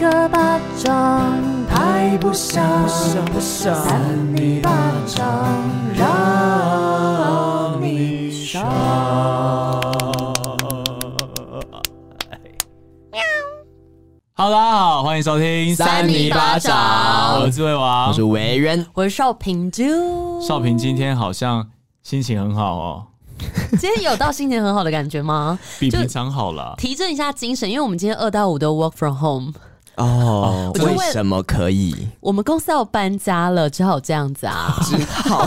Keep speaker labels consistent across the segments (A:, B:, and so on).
A: 个巴掌拍不响，
B: 不想
A: 扇你巴掌让你爽。
C: Hello，大家好，欢迎收听
B: 扇你巴掌
C: 我是魏王，
B: 我是维人，
A: 我是邵平珠，
C: 少平，今天好像心情很好哦，
A: 今天有到心情很好的感觉吗？
C: 比
A: 就
C: 平常好了。
A: 提振一下精神，因为我们今天二到五都 work from home，
B: 哦，
A: 我就为
B: 为什么可以？
A: 我们公司要搬家了，只好这样子 啊，只好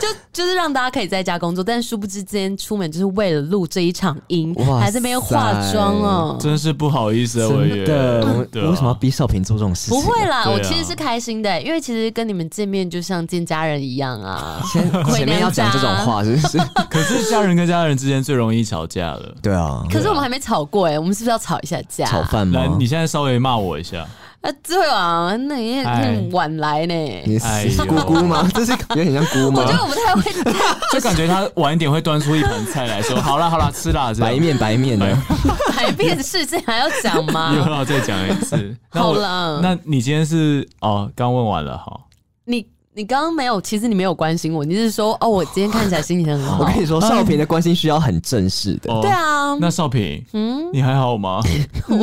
A: 就就是让大家可以在家工作，但殊不知今天出门就是为了录这一场音，
B: 哇
A: 还在那边化
B: 塞
A: 妆哦。
C: 真是不好意思啊，
B: 真的，我
C: 对啊
B: 为什么要逼少平做这种事情？
A: 不会啦，
C: 对啊
A: 我其实是开心的、因为其实跟你们见面就像见家人一样啊。
B: 前前面要讲这种话，是不是？
C: 可是家人跟家人之间最容易吵架了。
B: 对 啊，
A: 可是我们还没吵过哎、我们是不是要吵一下架？
B: 炒饭
C: 来，
B: 吗？
C: 你现在稍微骂我一下，
A: 啊，对啊，那你
C: 哎
A: 很晚来呢、
B: 你
C: 哎
B: 是
C: 呦
B: 姑 姑吗？这是 有点像姑
A: 我
B: 吗
A: 觉？得我不太会，
C: 就感觉他晚一点会端出一盘菜来说，好啦好啦，吃啦，这样
B: 白面白面
C: 哎
B: 的，
A: 改变的事情还要讲
C: 又
A: 吗？
C: 要再讲一 次。那
A: 好
C: 我，
A: 了，
C: 那你今天是哦，刚问完了哈。
A: 你你刚刚没有，其实你没有关心我，你是说哦，我今天看起来心情很好
B: 我跟。你说，少平的关心需要很正式的。
C: 哦
A: 对，啊，
C: 那少平，
A: 嗯，
C: 你还好 吗？
A: 我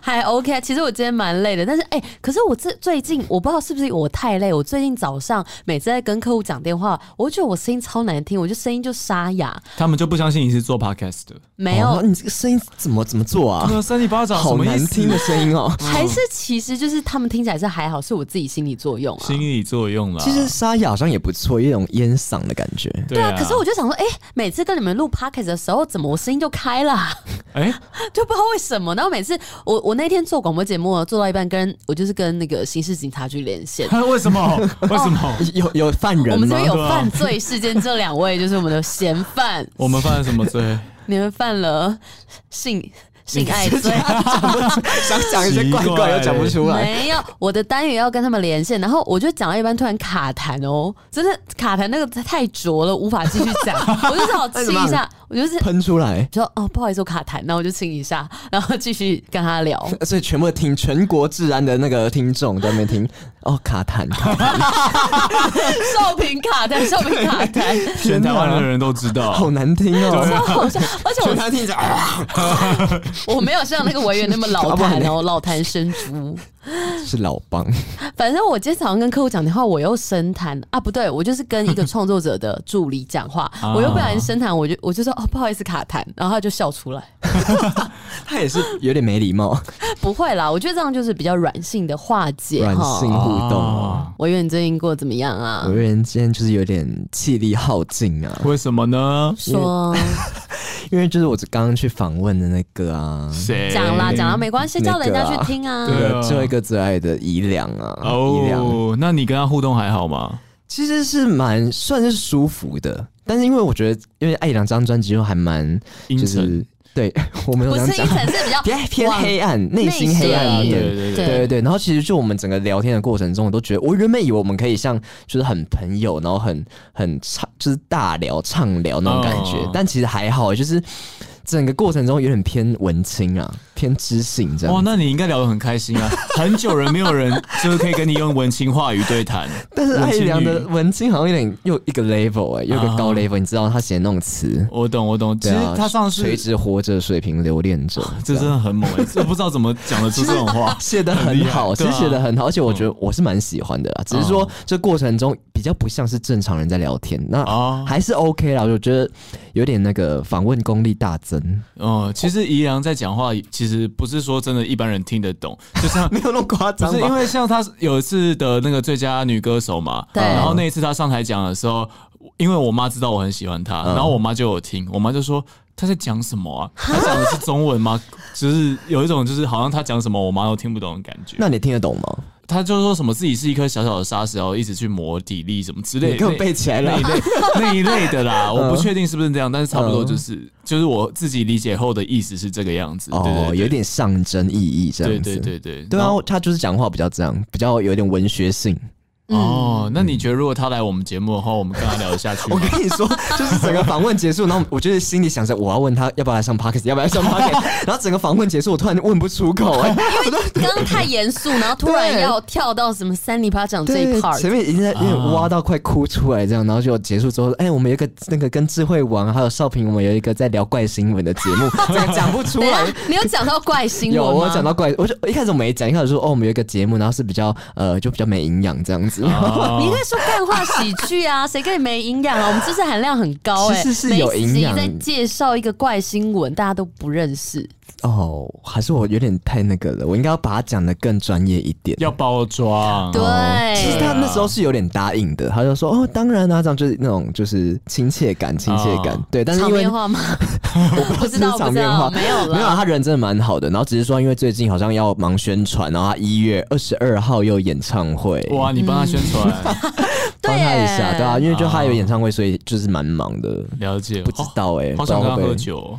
A: 还 OK 啊。其实我今天蛮累的，但是哎、可是我这最近我不知道是不是我太累，我最近早上每次在跟客户讲电话，我就觉得我声音超难听，我就声音就沙哑，
C: 他们就不相信你是做 podcast 的。
A: 没有。
B: 哦你这个声音怎么怎么做啊？
C: 那三里巴掌什
B: 好
C: 么意
B: 难
C: 思啊
B: 听的声 音哦。
A: 还是其实就是他们听起来是还好，是我自己心理作用啊。
C: 心理作用啦。
B: 其实沙哑好像也不错，有一种烟嗓的感觉。
C: 对啊，
A: 可是我就想说，哎、每次跟你们录 podcast 的时候，怎么我声音就开了啊、
C: 哎，
A: 就不知道为什么。然后每次我我那天做广播节目做到一半跟，我就是跟那个刑事警察局连线。
C: 为 什么？为什
A: 哦
C: 么？
B: 有有犯
A: 我
B: 人
A: 们这
B: 吗
A: 边？有
C: 对啊
A: 犯罪事件，这两位就是我们的嫌犯，
C: 我们犯了什么罪？
A: 你们犯了性性爱罪。
B: 想讲一些怪
C: 奇怪
B: 怪又讲不出来。
A: 没有，我的单元要跟他们连线，然后我就讲到一半突然卡痰哦，真的卡痰那个太浊了，无法继续 讲，我就只好亲一下，我就是
B: 喷出来，
A: 说哦，不好意思，我卡痰，那我就亲一下，然后继续跟他 聊。
B: 所以全部听全国治安的那个听众在那边听哦，卡痰，卡痰
A: 少平卡痰，少平卡痰，
C: 全台湾的人都知道。
B: 好难听
A: 超
C: 啊
B: 哦。
A: 好笑，而且
B: 全台听着 啊，
A: 我我没有像那个委员那么老
B: 搞 不好
A: 痰
B: 你
A: 哦，老痰生猪。
B: 是老帮，
A: 反正我今天早上跟客户讲电话，我又深谈啊，不对，我就是跟一个创作者的助理讲 话，
B: 啊
A: 我又不小心深谈，我就我就说哦，不好意思卡痰，然后他就笑出来。
B: 他也是有点没礼貌，
A: 不会啦，我觉得这样就是比较软性的化解
B: 软性
A: 哈。
B: 互动哦。
C: 啊，
A: 我以为你最近过得怎么样啊
B: 我？人今天就是有点气力耗尽啊，
C: 为什么呢？
A: 说
B: 因为就是我刚刚去访问的那个啊，
C: 谁
A: 讲啦讲啦，没关系，
B: 那
A: 叫
B: 个
A: 人家
B: 啊
A: 去听啊
B: 那。
C: 对
B: 个
C: 啊
B: 最后一个最爱的宜良啊，宜良
C: 哦，那你跟他互动还好吗？
B: 其实是蛮算是舒服的，但是因为我觉得，因为艾两张专辑又还蛮
C: 阴
B: 就是
C: 沉，
B: 对 我们有
A: 不
B: 这
A: 是
B: 样
A: 一
B: 讲，
A: 层是比较
B: 偏偏
A: 往
B: 黑暗，内
A: 内
B: 心黑暗一
A: 心
B: 点。
C: 对对
A: 对
C: 对
B: 对对对，然后其实就我们整个聊天的过程中，我都觉得，我原本以为我们可以像就是很朋友，然后很很畅，就是大聊畅聊那种感觉，
C: 哦
B: 但其实还好，欸就是整个过程中有点偏文青啊，偏知性这
C: 哇，
B: 样。
C: 哦那你应该聊得很开心啊！很久人没有人 就是可以跟你用文青话语对谈，
B: 但是艾
C: 文青
B: 良的
C: 语
B: 文青好像有点又一个 level 哎、又一个高
C: 啊
B: level，、你知道他写那种词，
C: 我懂我懂。其实
B: 对啊，
C: 他上次
B: 垂直活着，水平留恋 着，
C: 这真
B: 样。
C: 的很猛哎，这不知道怎么讲得出这 种话
B: 写的很好，
C: 很厉害
B: 其实
C: 对啊
B: 写的很好，而且我觉得我是蛮喜欢的啦。只是说这过程中比较不像是正常人在聊天，那
C: 哦
B: 还是 OK 啦。我觉得有点那个访问功力大增，
C: 哦，其实宜良在讲话，其实不是说真的一般人听得懂， 就 像
B: 没有那么夸
C: 不是因？为像她有一次的那个最佳女歌手嘛，
A: 对
C: 然后那一次她上台讲的时候，因为我妈知道我很喜欢她，
B: 嗯
C: 然后我妈就有听，我妈就说她在讲什么啊？她讲的是中文吗？就是有一种就是好像她讲什么我妈都听不懂的感觉。
B: 那你听得懂吗？
C: 她就说什么自己是一颗小小的沙石，然后一直去磨底力什么之类
B: 你
C: 的，
B: 给我背起来
C: 那
B: 了嗯
C: 一。类那一类的 啦，我不确定是不是这样，但是差不多就是就是我自己理解后的意思是这个样子。对对
B: 哦，
C: 对
B: 有点象征意义这
C: 对
B: 样
C: 对
B: 子。
C: 对对
B: 对
C: 然
B: 啊
C: 后，
B: 他就是讲话比较这样，比较有点文学性。
C: 哦，那你觉得如果他来我们节目的话，我们跟他聊得下去
B: 我
C: 吗？
B: 跟你说，就是整个访问结束，然后我就是心里想着我要问他要不要来上 podcast，要不要来上 podcast，然后整个访问结束，我突然问不出口、哎，我都
A: 刚刚太严肃，然后突然
B: 对
A: 要跳到什么三里巴掌这一
B: 对
A: part，啊
B: 前面已经在有点挖到快哭出来这样，然后就结束之后，哎、我们有一个那个跟智慧王还有少平，我们有一个在聊怪新闻的节 目，这个讲不出
A: 等一
B: 来
A: 下。，你有讲到怪新闻
B: 有
A: 吗？
B: 我讲到怪，我就我一开始我没讲，一开始说哦，我们有一个节目，然后是比较呃，就比较没营养这样子。
A: 你应
C: 哦
A: 该说干话喜剧啊，谁跟你没营养啊？我们知识含量很高哎、欸，
B: 其实是有营养
A: 每一集在介绍一个怪新闻，大家都不认识。
B: 哦，还是我有点太那个了，我应该要把它讲的更专业一
A: 啊
B: 点。
C: 要包装，
A: 对，
B: 其实他那时候是有点答应的，他就说哦，当然啊，这样就是那种就是亲切感，亲切感。
C: 哦
B: 对，但是
A: 场
B: 因为
A: 面话吗？
B: 我
A: 不
B: 不
A: 知
B: 知
A: 道
B: 道场面
A: 我
B: 话
A: 不知道没有啦
B: 没有啊，他人真的蛮好的。然后只是说，因为最近好像要忙宣传，然后他一月二十二号又有演唱会，
C: 哇，你帮他宣传，
B: 帮他一下，
A: 对耶
B: 对啊，因为就他有
C: 哦
B: 演唱会，所以就是蛮忙的。
C: 了解，
B: 不知道哎、
C: 哦
B: 欸，
C: 好想
B: 不知
C: 跟
B: 道
C: 他
B: 会不
C: 喝。
B: 会
C: 酒哦，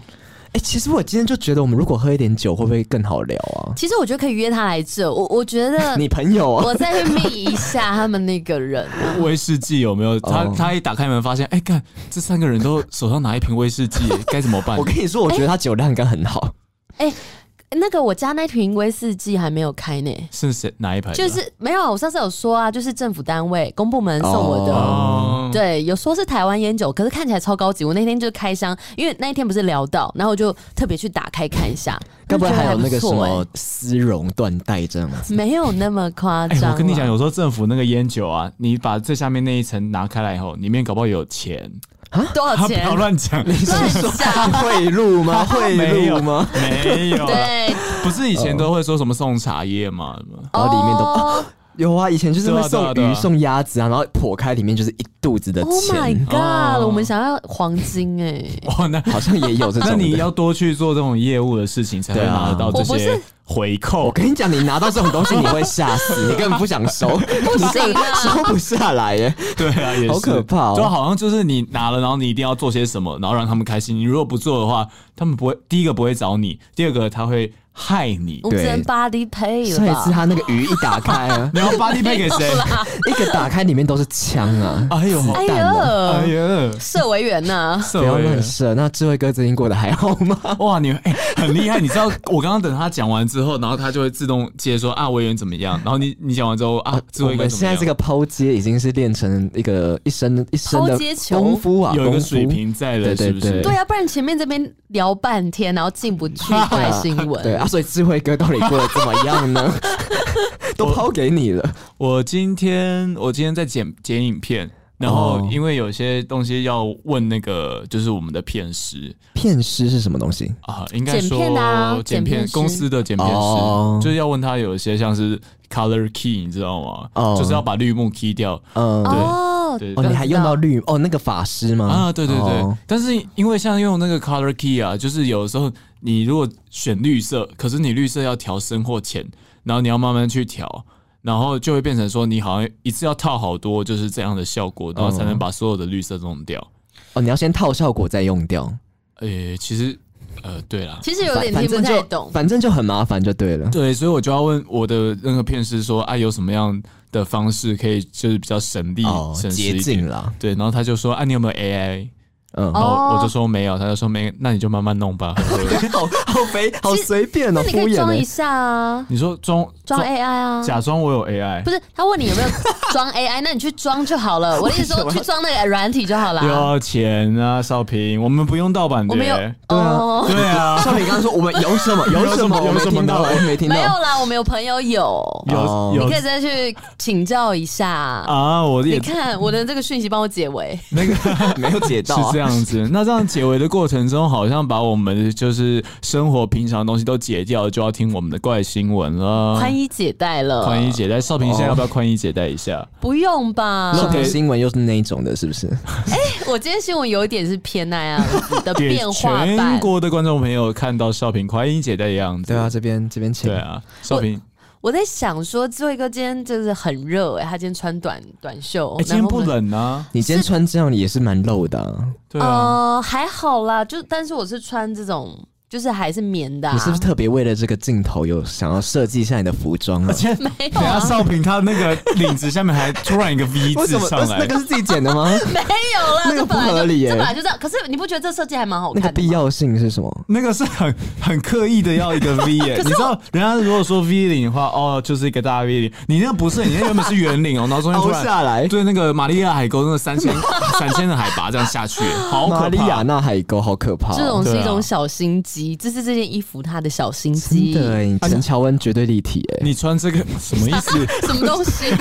B: 哎、其实我今天就觉得，我们如果喝一点酒，会不会更好聊啊？
A: 其实我觉得可以约他来这，我我觉得
B: 你朋友啊，
A: 我再去密一下他们那个人。
C: 威士忌有没有？他
B: 哦
C: 他一打开门发现，哎，看这三个人都手上拿一瓶威士 忌，该怎么办
B: 我？跟你说，我觉得他酒量应该很好。
A: 那个我家那瓶威士忌还没有开呢，
C: 是谁哪一排的？
A: 就是没有。我上次有说啊，就是政府单位、公部门送我的。
C: 哦，
A: 对，有说是台湾烟酒，可是看起来超高级。我那天就开箱，因为那一天不是聊到，然后我就特别去打开看一下，
B: 该不会
A: 就觉得
B: 还有那个
A: 不
B: 什
A: 错哎
B: 么丝绒缎带这样
A: 欸
B: 子？
A: 没有那么夸
C: 哎、
A: 张、啊
C: 我跟你讲，，有时候政府那个烟酒啊，你把最下面那一层拿开来以后，里面搞不好有钱，
A: 多
C: 他
A: 少
C: 不
A: 钱
C: 要？乱讲，
A: 乱讲。
B: 贿赂吗？贿
C: 没有
B: 赂吗？？
C: 没有，啊
A: 对，
C: 不是以前都会说什么送茶叶吗？
B: 然后里面都
A: 哦
B: 有啊，以前就是会
C: 对啊对啊
B: 送
C: 对啊
B: 鱼、送鸭子啊，然后剖开里面就是一肚子的
A: Oh my
B: 钱，
A: god！
C: 哦
A: 我们想要黄金哎、
C: 哇，哦那
B: 好像也有这种
C: 那
B: 的。
C: 你要多去做这种业务的事情，才会
B: 对啊
C: 拿得到这
A: 我不
C: 些
A: 是
C: 回
B: 我
C: 扣。
B: 跟你讲，你拿到这种东西，你会吓死，你根本不想收，不
A: 行啊
B: 收不下来耶。
C: 对啊，也是
B: 好可怕哦
C: 就好像就是你拿了，然后你一定要做些什么，然后让他们开心。你如果不做的话，他们不会第一个不会找你，第二个他会害你
A: 我。们只能
B: 对
A: body pay
B: 上
A: 了
B: 一
A: 吧
B: 次？他那个鱼一打开啊，
C: 你要把你配给谁？
B: 一个打开里面都是枪 啊，
C: 哎呦，
A: 哎
B: 蛋了
C: 哎
A: 呦，
C: 呀，
A: 社委员呐、
B: 嗯不
C: 不
B: 要乱射。那智慧哥最近过得还好吗？
C: 哇，你、哎很厉害！你知道，我刚刚等他讲完之后，然后他就会自动接说啊，委员怎么样？然后你你讲完之后啊，智
B: 哦我
C: 慧哥
B: 们
C: 怎么
B: 现在
C: 样？
B: 这个抛接已经是练成一个一身一身的
A: 抛接球
B: 功夫啊，
C: 有一
B: 功
C: 个
B: 夫
C: 水平在了，
B: 对对
C: 是不是？
B: 对
A: 对啊，不然前面这边聊半天，然后进不 去
B: 对
A: 快
B: 啊
A: 新闻。
B: 对啊，所以智慧哥到底过得怎么样呢？ 都抛给你了，
C: 我今天我今天在剪剪影片，然后
B: 哦
C: 因为有些东西要问那个就是我们的片师
B: 骗师是什么东西？
C: 啊，应该
A: 剪
C: 说
A: 片的啊剪片师
C: 公司的剪片师，
B: 哦
C: 就是要问他有一些像是 color key，你知道吗？
B: 哦
C: 就是要把绿幕 key 掉。
B: 嗯，
A: 哦，
C: 对
B: 哦，
A: 我
B: 你
A: 知
B: 还用
A: 道
B: 到绿哦，那个法师吗？
C: 啊，对对对，
B: 哦
C: 但是因为像用那个 color key 啊，就是有的时候你如果选绿色，可是你绿色要调深或浅，然后你要慢慢去调，然后就会变成说你好像一次要套好多就是这样的效果，
B: 嗯
C: 然后才能把所有的绿色弄掉。
B: 哦，你要先套效果再用掉，
C: 诶、其实呃，对啦。
A: 其实有
B: 反
A: 点
B: 反
A: 听不
B: 正
A: 太
B: 就
A: 懂。
B: 反正就很麻烦就对了。
C: 对，所以我就要问我的那个片师说，啊，有什么样的方式可以就是比较省力、
B: 哦，
C: 省时
B: 捷
C: 一点
B: 径？啦，
C: 对，然后他就说，啊，你有没有 AI？
B: 嗯，
A: 哦
C: 然后我就说没有，啊他就说没，那你就慢慢弄吧。
B: 好好肥，好随便
A: 那
B: 哦，
A: 你可
B: 敷
A: 以
B: 衍
A: 装一
B: 欸
A: 下啊，
C: 你说装
A: 装 AI 啊。
C: 假装我有 AI，
A: 不是，他问你有没有装 AI，那你去装就好 了。我的意思说，去装那个软体就好
C: 又
A: 啦。
C: 要钱啊，少平，我们不用盗版的
A: 我们有
C: 耶，
A: 哦，
C: 对啊，
B: 像你刚刚说，我们有什么 有什么
C: 有什么
B: 我没听到，
C: 有什么
B: 我没听
A: 没有
B: 到，
A: 啦，我们有朋友有，
B: 哦
C: 有
A: 你可
C: 有
A: 以再去请教一下。
C: 啊，我
A: 你
C: 也
A: 看我的这个讯息，帮我解围。
C: 那个
B: 没有解 到
C: 是
B: 啊
C: 这。样子。那这样解围的过程中，好像把我们就是生活平常的东西都解掉，就要听我们的怪新闻了。
A: 宽衣解带了，
C: 嗯宽衣解
B: 哦
C: 带，少平现在要不要宽衣解带一下？
A: 不用吧？
B: 那
C: 那
B: 条
C: 给
B: 新闻又是那一种的，是不是？
A: 我今天新闻有一点是偏那样子 的
C: 给
A: 变化
C: 全
A: 版。
C: 国的观众朋友看到少平宽衣解带的样子。
B: 对啊，，这边这边请
C: 对。啊，少平，
A: 我在想说，智慧哥今天就是很热哎、他今天穿短短袖，
C: 哎，今天
A: 然后
C: 不
A: 我们。
C: 冷啊？
B: 你今天穿这样也是蛮露的、啊，
C: 对啊，
A: 呃，还好啦，就但是我是穿这种就是还是棉的、啊。
B: 你是不是特别为了这个镜头有想要设计一下你的服装 啊
C: 而？且
A: 没有
C: 等一下
A: 啊？
C: 少平他那个领子下面还突然一个 V
B: 为
C: 字
B: 什么？
C: 上
B: 那
C: 来，
B: 个是自己剪的 吗？
A: 没有啦，
B: 那个
A: 这本来
B: 不合
A: 就
B: 理耶
A: 这本来就这样。可是你不觉得这设计还蛮好
B: 那
A: 看的
B: 个
A: 吗？
B: 必要性是什么？
C: 那个是很很刻意的要一个 V 耶、你知道人家如果说 V 领的话，哦，就是一个大 V 领，你那个不是，你那原本是圆 领哦，然后中间突
B: 凹
C: 然
B: 下来，
C: 对，那个玛利亚海沟那个三千 三千的海拔这样下去，好可怕。
B: 玛利亚纳海沟好可怕哦。
A: 这种是一
C: 对啊
A: 种小心机，这是这件衣服它的小心
B: 真
A: 机。
B: 的欸，你陈乔恩绝对立体哎。
C: 你穿这个什么意 思？
A: 什么东西？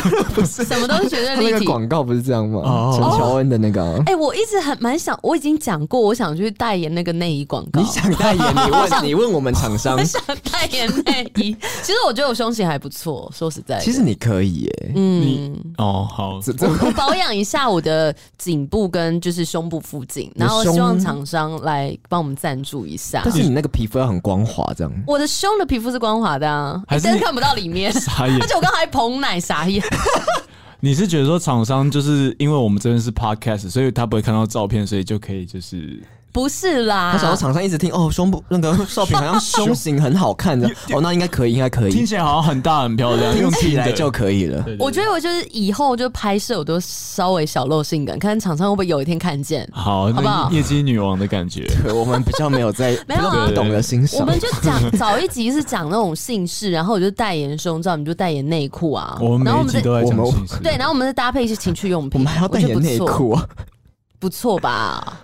A: 什么东西绝对
B: 他那
A: 立
B: 个
A: 体？
B: 广告不是这样吗
C: 哦？
B: 陈乔恩的那个啊，
A: 哎、我一直很蛮想，我已经讲过，我想去代言那个内衣广告
B: 你。想代言？你问你问我们厂商
A: 我，想代言内衣， 其实我觉得我胸型还不错，说实在的，
B: 其实你可以哎。
A: 嗯
C: 你。哦，好，
B: 这这
A: 我保养一下我的颈部跟就是胸部附近，然后
B: 胸
A: 希望厂商来帮我们赞助一下
B: 但。是你那个皮肤要很光滑，这样。
A: 我的胸的皮肤是光滑的啊，
C: 还是
A: 但是
C: 你
A: 看不到里面。
C: 傻眼
A: 而。且我刚才捧奶傻眼，
C: 你是觉得说厂商就是因为我们这边是 podcast，所以他不会看到照片，所以就可以就是
A: 不是啦
B: 他，想到厂商一直听哦，胸部那 个少平好像胸型很好看的，哦，那应该可以，应该可以，
C: 听起来好像很大很漂亮，
B: 听
C: 用
B: 起来
C: 听的
B: 就可 以了。
C: 对对对
A: 我觉得我就是以后就拍摄我都稍微小露性感，看厂商会不会有一天看见。
C: 好，
A: 好不好
C: 那业绩女王的感觉。
B: 对我们比较没有在，
A: 没有啊
B: 比较不懂得欣赏。
A: 我们就讲早一集是讲那种姓氏，然后我就代言胸罩，你就代言内裤啊，
C: 我们
A: 然后我
C: 每一
A: 们
C: 集
A: 再
C: 都在讲
B: 我们
C: 心事，
A: 对，然后我们再搭配一些情趣用
B: 我
A: 品，
B: 们还要代言内
A: 我觉得
B: 裤啊！
A: 不错，不错吧？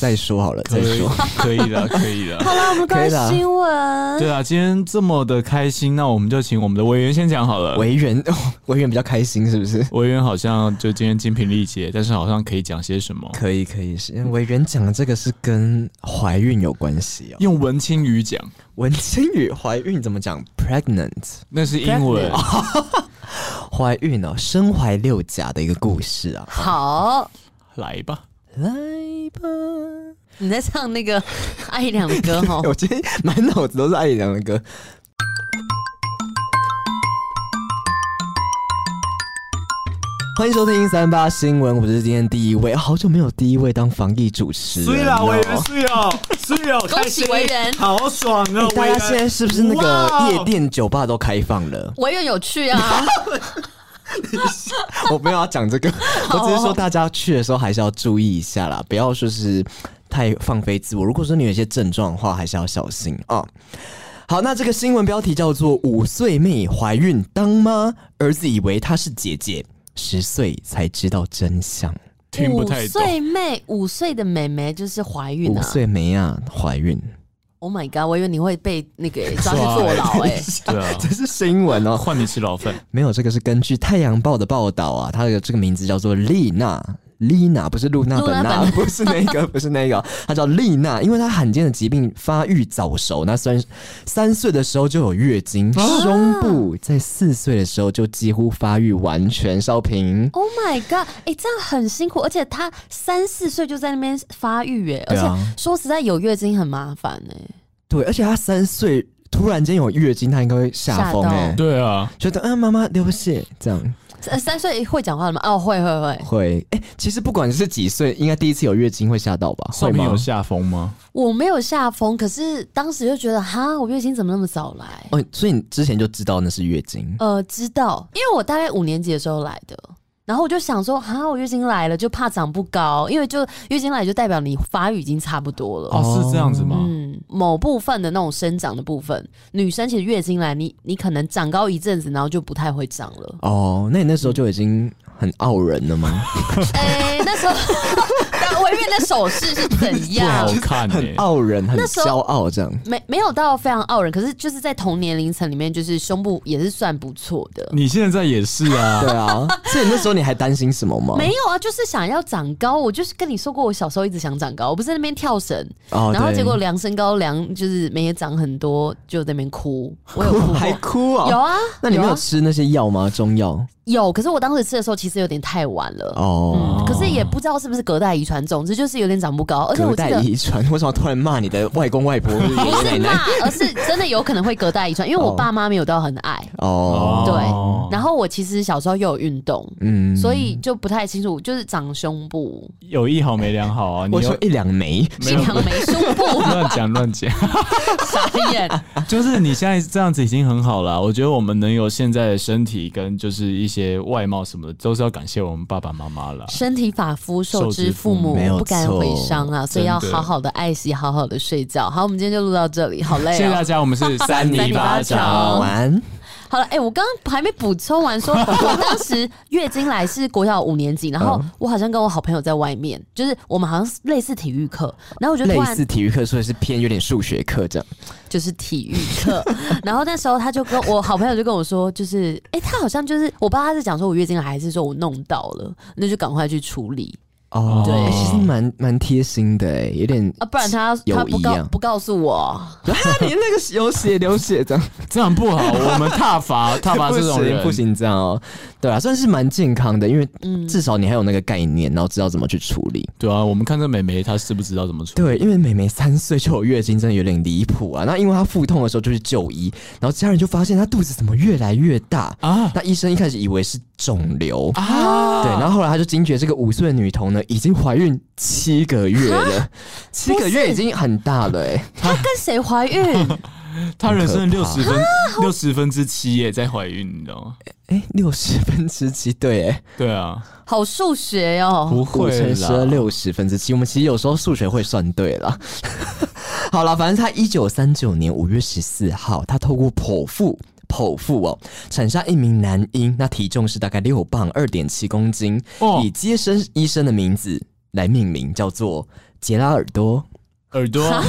B: 再说好了，
C: 可
B: 再
C: 以
B: 说。
C: 可以 的，可以的。
A: 好了，我们
B: 可
A: 关
B: 以啦
A: 新闻。
C: 对啊，今天这么的开心，那我们就请我们的委员先讲好了。
B: 维园， 维园比较开心是不是？
C: 委员好像就今天精疲力竭，但是好像可以讲些什么，
B: 可以，可以是。因为维园讲的这个是跟怀孕有关系哦。
C: 用文青语讲，
B: 文青语怀孕怎么讲？pregnant，
C: 那是英文。
B: 怀孕哦，身怀六甲的一个故事啊。
A: 好，
C: 来吧，
B: 来吧，，
A: 你在唱那个爱一两的哦歌哈
B: 我今天满脑子都是艾怡良的歌。欢迎收听三八新闻，我是今天第一位，好久没有第一位当防疫主持人了。
C: 是哦，是哦，
A: 恭喜为人
C: 好爽 哦
B: 大家现在是不是那
C: 哇
B: 个夜店、酒吧都开放了？
A: 我也有趣 啊。
B: 我没有要讲这个，我只是说大家去的时候还是要注意一下啦，不要说是太放飞自我。如果说你有一些症状的话，还是要小心啊。好，那这个新闻标题叫做“五岁妹怀孕当妈，儿子以为她是姐姐，十岁才知道真相
C: 听不
A: 五
C: 太懂。
A: 岁妹，五岁的妹妹就是怀”。孕
B: 五
A: 啊。
B: 岁妹啊，怀孕，
A: Oh my god！我以为你会被那个、抓去坐牢哎、
C: 对啊，
B: 这是新闻哦。
C: 换你吃 牢饭。
B: 没有，这个是根据《太阳报》的报道啊，她的这个名字叫做丽娜。丽娜不是露娜本
A: 露娜
B: 娜，
A: 本
B: 不是那个，不是那个，她叫丽娜，因为她罕见的疾病发育早熟，那虽然三岁的时候就有月经，胸部在四岁的时候就几乎发育完全。少平，
A: Oh my god！哎、这样很辛苦，而且她三四岁就在那边发育哎、而
B: 对啊
A: 且说实在有月经很麻烦哎、
B: 对，而且她三岁突然间有月经，她应该会吓疯
A: 吓到
B: 哎，
C: 对啊，
B: 觉得啊妈妈流血这样
A: 三三岁会讲话了吗？哦，会会会，
B: 会哎、其实不管是几岁，应该第一次有月经会吓到吧？
C: 少
B: 会
C: 平
B: 吗
C: 有？下风吗？
A: 我没有下风，可是当时就觉得哈，我月经怎么那么早来？
B: 哦，所以你之前就知道那是月经。。
A: 呃，知道，因为我大概五年级的时候来的。然后我就想说，哈，我月经来了，就怕长不高，因为就月经来就代表你发育已经差不多了。
C: 哦，是这样子吗？
A: 嗯，某部分的那种生长的部分，女生其实月经来，你你可能长高一阵子，然后就不太会长了
B: 哦，那你那时候就已经很傲人了 吗？
A: 哎、那时候，但我因为那手势是怎
C: 不
A: 样
C: 好？看
B: 很
C: 哎，
B: 傲人，很
A: 那时候
B: 骄傲这样。
A: 没没有到非常傲人，可是就是在同年龄层里面，就是胸部也是算不错的。
C: 你现在也是 啊
B: 对。啊，所以那时候你还担心什么吗？
A: 没有啊，就是想要长高。我就是跟你说过，我小时候一直想长高，我不是在那边跳绳，
B: 哦，
A: 然后
B: 对
A: 结果量身高量就是没长很多，就在那边哭。我有哭
B: 哭
A: 过，
B: 还哭啊？
A: 有啊，
B: 那你没
A: 有
B: 有
A: 啊
B: 吃那些药吗？中药
A: 有，可是我当时吃的时候其实有点太晚了。
B: 哦，
A: 嗯，可是也也不知道是不是隔代遗传，总之就是有点长不高。而且
B: 隔
A: 我记
B: 代
A: 得
B: 遗传，为什么突然骂你的外公 外婆或者
A: 不
B: 爷爷
A: 是
B: 奶
A: 骂
B: 奶？，
A: 而是真的有可能会隔代遗传，因为我
B: 哦
A: 爸妈没有到很爱。
B: 哦，
A: 对然后我其实小时候又有运动，
B: 嗯
A: 所以就不太清楚，就是长胸部，
C: 有一好没两好啊！你
B: 我
C: 有
B: 说一两枚，
C: 没有，
A: 幸好没胸部
C: 乱讲乱 讲，
A: 傻眼。
C: 就是你现在这样子已经很好了啊。我觉得我们能有现在的身体跟就是一些外貌什么的，都是要感谢我们爸爸妈妈了。啊
A: 身体发肤受之父
C: 受之父母
A: 母
B: 没有，错
A: 不敢毁伤啊，所以要
C: 真的
A: 好好的爱惜，好好的睡觉。好，我们今天就录到这里，好
C: 谢
A: 累
C: 谢大
A: 哦。
C: 家，我们是啊 三
A: 泥巴掌
B: 晚安。
A: 好了，哎、我刚刚还没补充完说我当时月经来是国小五年级，然后我好像跟我好朋友在外面，就是我们好像是类似体育课，然后我就突
B: 类
A: 然
B: 似体育课，所以是偏有点数学课这样。
A: 就是体育课， 然后那时候他就跟我好朋友就跟我说，就是哎、他好像就是我不知道他是讲说我月经来，还是说我弄到了，那就赶快去处理
B: 哦，
C: 对
B: 欸其实蛮蛮贴心的哎，有点
A: 啊，不然他他
B: 有
A: 不
B: 一
A: 告
B: 样
A: 不告诉我，
B: 啊，你那个有血流血这样，
C: 这样不好，我们踏 伐踏伐这种人
B: 不行不行这样哦，对啊，算是蛮健康的，因为至少你还有那个概念，然后知道怎么去处理。
C: 对啊，我们看这美眉，她是不知道怎么处理。
B: 对，因为妹妹三岁就有月经，真的有点离谱啊。那因为她腹痛的时候就去就医，然后家人就发现她肚子怎么越来越大
C: 啊
B: 那医生一开始以为是肿瘤。
C: 啊，
B: 对，然后后来她就惊觉这个五岁的女童呢，已经怀孕七个月了，七个
A: 不
B: 月
A: 是
B: 已经很大了哎、
A: 他跟谁怀孕？
C: 她人生
B: 很可
C: 六
B: 怕
C: 十分六十分之七耶，在怀孕，你知道吗？
B: 哎，六十分之七，对，哎，
C: 对啊，
A: 好数学哦，
C: 不
B: 五
C: 会
B: 乘十二
C: 啦，
B: 六十分之七，我们其实有时候数学会算对了。好了，反正他一九三九年五月十四号，他透过剖腹。剖腹哦，产下一名男婴，那体重是大概六磅二点七公斤，
C: 哦
B: 以接生医生的名字来命名，叫做杰拉耳朵，
C: 耳朵啊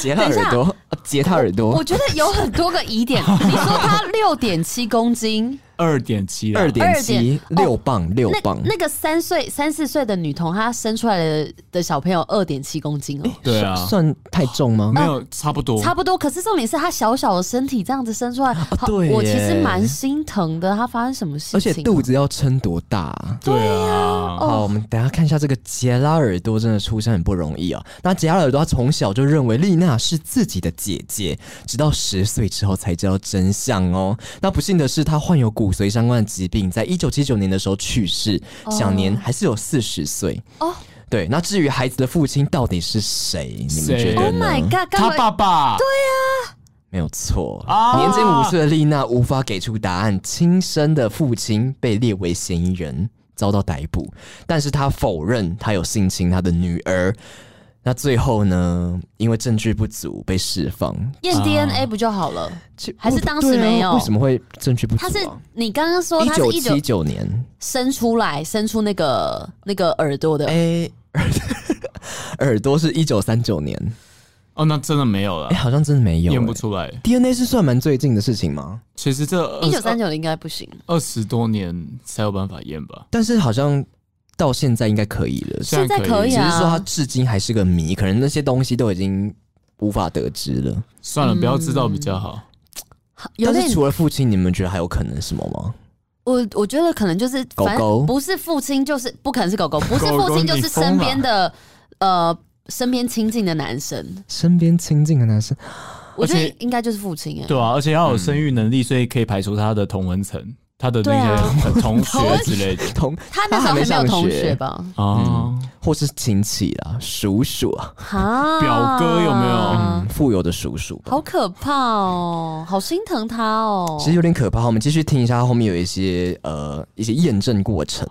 B: 杰拉
A: 等一下
B: 耳朵，啊杰他耳朵
A: 我，觉得有很多个疑 点。你说他六点七公斤，
C: 二点七啦，
B: 二点七
A: 2.7
B: 六磅六
A: 那
B: 磅，
A: 那个三岁、三四岁的女童，她生出来的的小朋友二点七公斤哦。
C: 对啊，
B: 算太重吗？
C: 没有差不多，
A: 差不多，可是重点是她小小的身体这样子生出来，好
B: 啊对耶
A: 我其实蛮心疼的。她发生什么事
B: 而
A: 情
B: 且
A: 啊？
B: 肚子要撑多大啊？
C: 对啊，
B: 好，我们等一下看一下这个杰拉耳朵，真的出生很不容易啊。那杰拉耳朵他从小就认为丽娜是自己的姐姐，直到十岁之后才知道真相哦。那不幸的是，他患有骨髓相关的疾病，在一九七九年的时候去世，享年还是有四十岁
A: 哦。
B: 对，那至于孩子的父亲到底是谁，你们觉
C: 谁
B: 得
A: ，Oh
B: 呢
A: my god！
C: 他
A: 刚
C: 爸爸对
B: 没有错，
C: 啊
B: 年仅五岁的丽娜无法给出答案，亲生的父亲被列为嫌疑人，遭到逮捕，但是他否认他有性侵他的女儿。那最后呢？因为证据不足被释放，
A: 验
C: 啊
A: DNA 不就好了？
B: 其
A: 还是当时
B: 对啊
A: 没有
B: 为什么会证据不足、
A: 她
B: 啊？
A: 是你刚刚说
B: 一
A: 她是
B: 九
A: 一九
B: 七九年，
A: 生出来，生出那个那个耳朵的
B: 哎、 耳耳朵是一九三九年，
C: 哦，那真的没有欸了
B: 哎、，好像真的没有、
C: 验不
B: 哎
C: 出来。
B: DNA 是算蛮最近的事情吗？
C: 其实这
A: 一九
C: 二
A: 三九的应该不行。
C: 二十多年才有办法验吧？
B: 但是好像到现在应该可以了，
A: 现在可以
B: 只
A: 啊
B: 是说他至今还是个谜，可能那些东西都已经无法得知了。
C: 算了，不要知道比较好。
A: 嗯有
B: 但
A: 点
B: 是除了父亲，你们觉得还有可能什么吗？
A: 我我觉得可能就是，
B: 狗
A: 反
B: 狗
A: 正不是父亲就是不可能是狗狗，不是
C: 狗狗
A: 父亲就
C: 你
A: 是
C: 疯了
A: 身边的呃身边亲近的男生，
B: 身边亲近的男生，
A: 我觉得应该就是父亲哎、
C: 对啊，而且要有生育能力，所以可以排除他的同文层，
A: 嗯
C: 他的那
A: 啊
C: 些同学之类 的
B: 同
A: 他那时候还没有同学
B: 吧，
A: 吧？
C: 啊。
B: 或是亲戚啦，叔叔啊，
A: 哈，
C: 表哥有没有
B: 嗯，富有的叔叔吧。
A: 好可怕哦，好心疼他哦
B: 其。实有点可怕，我们继续听一下，后面有一些呃一些验证过程。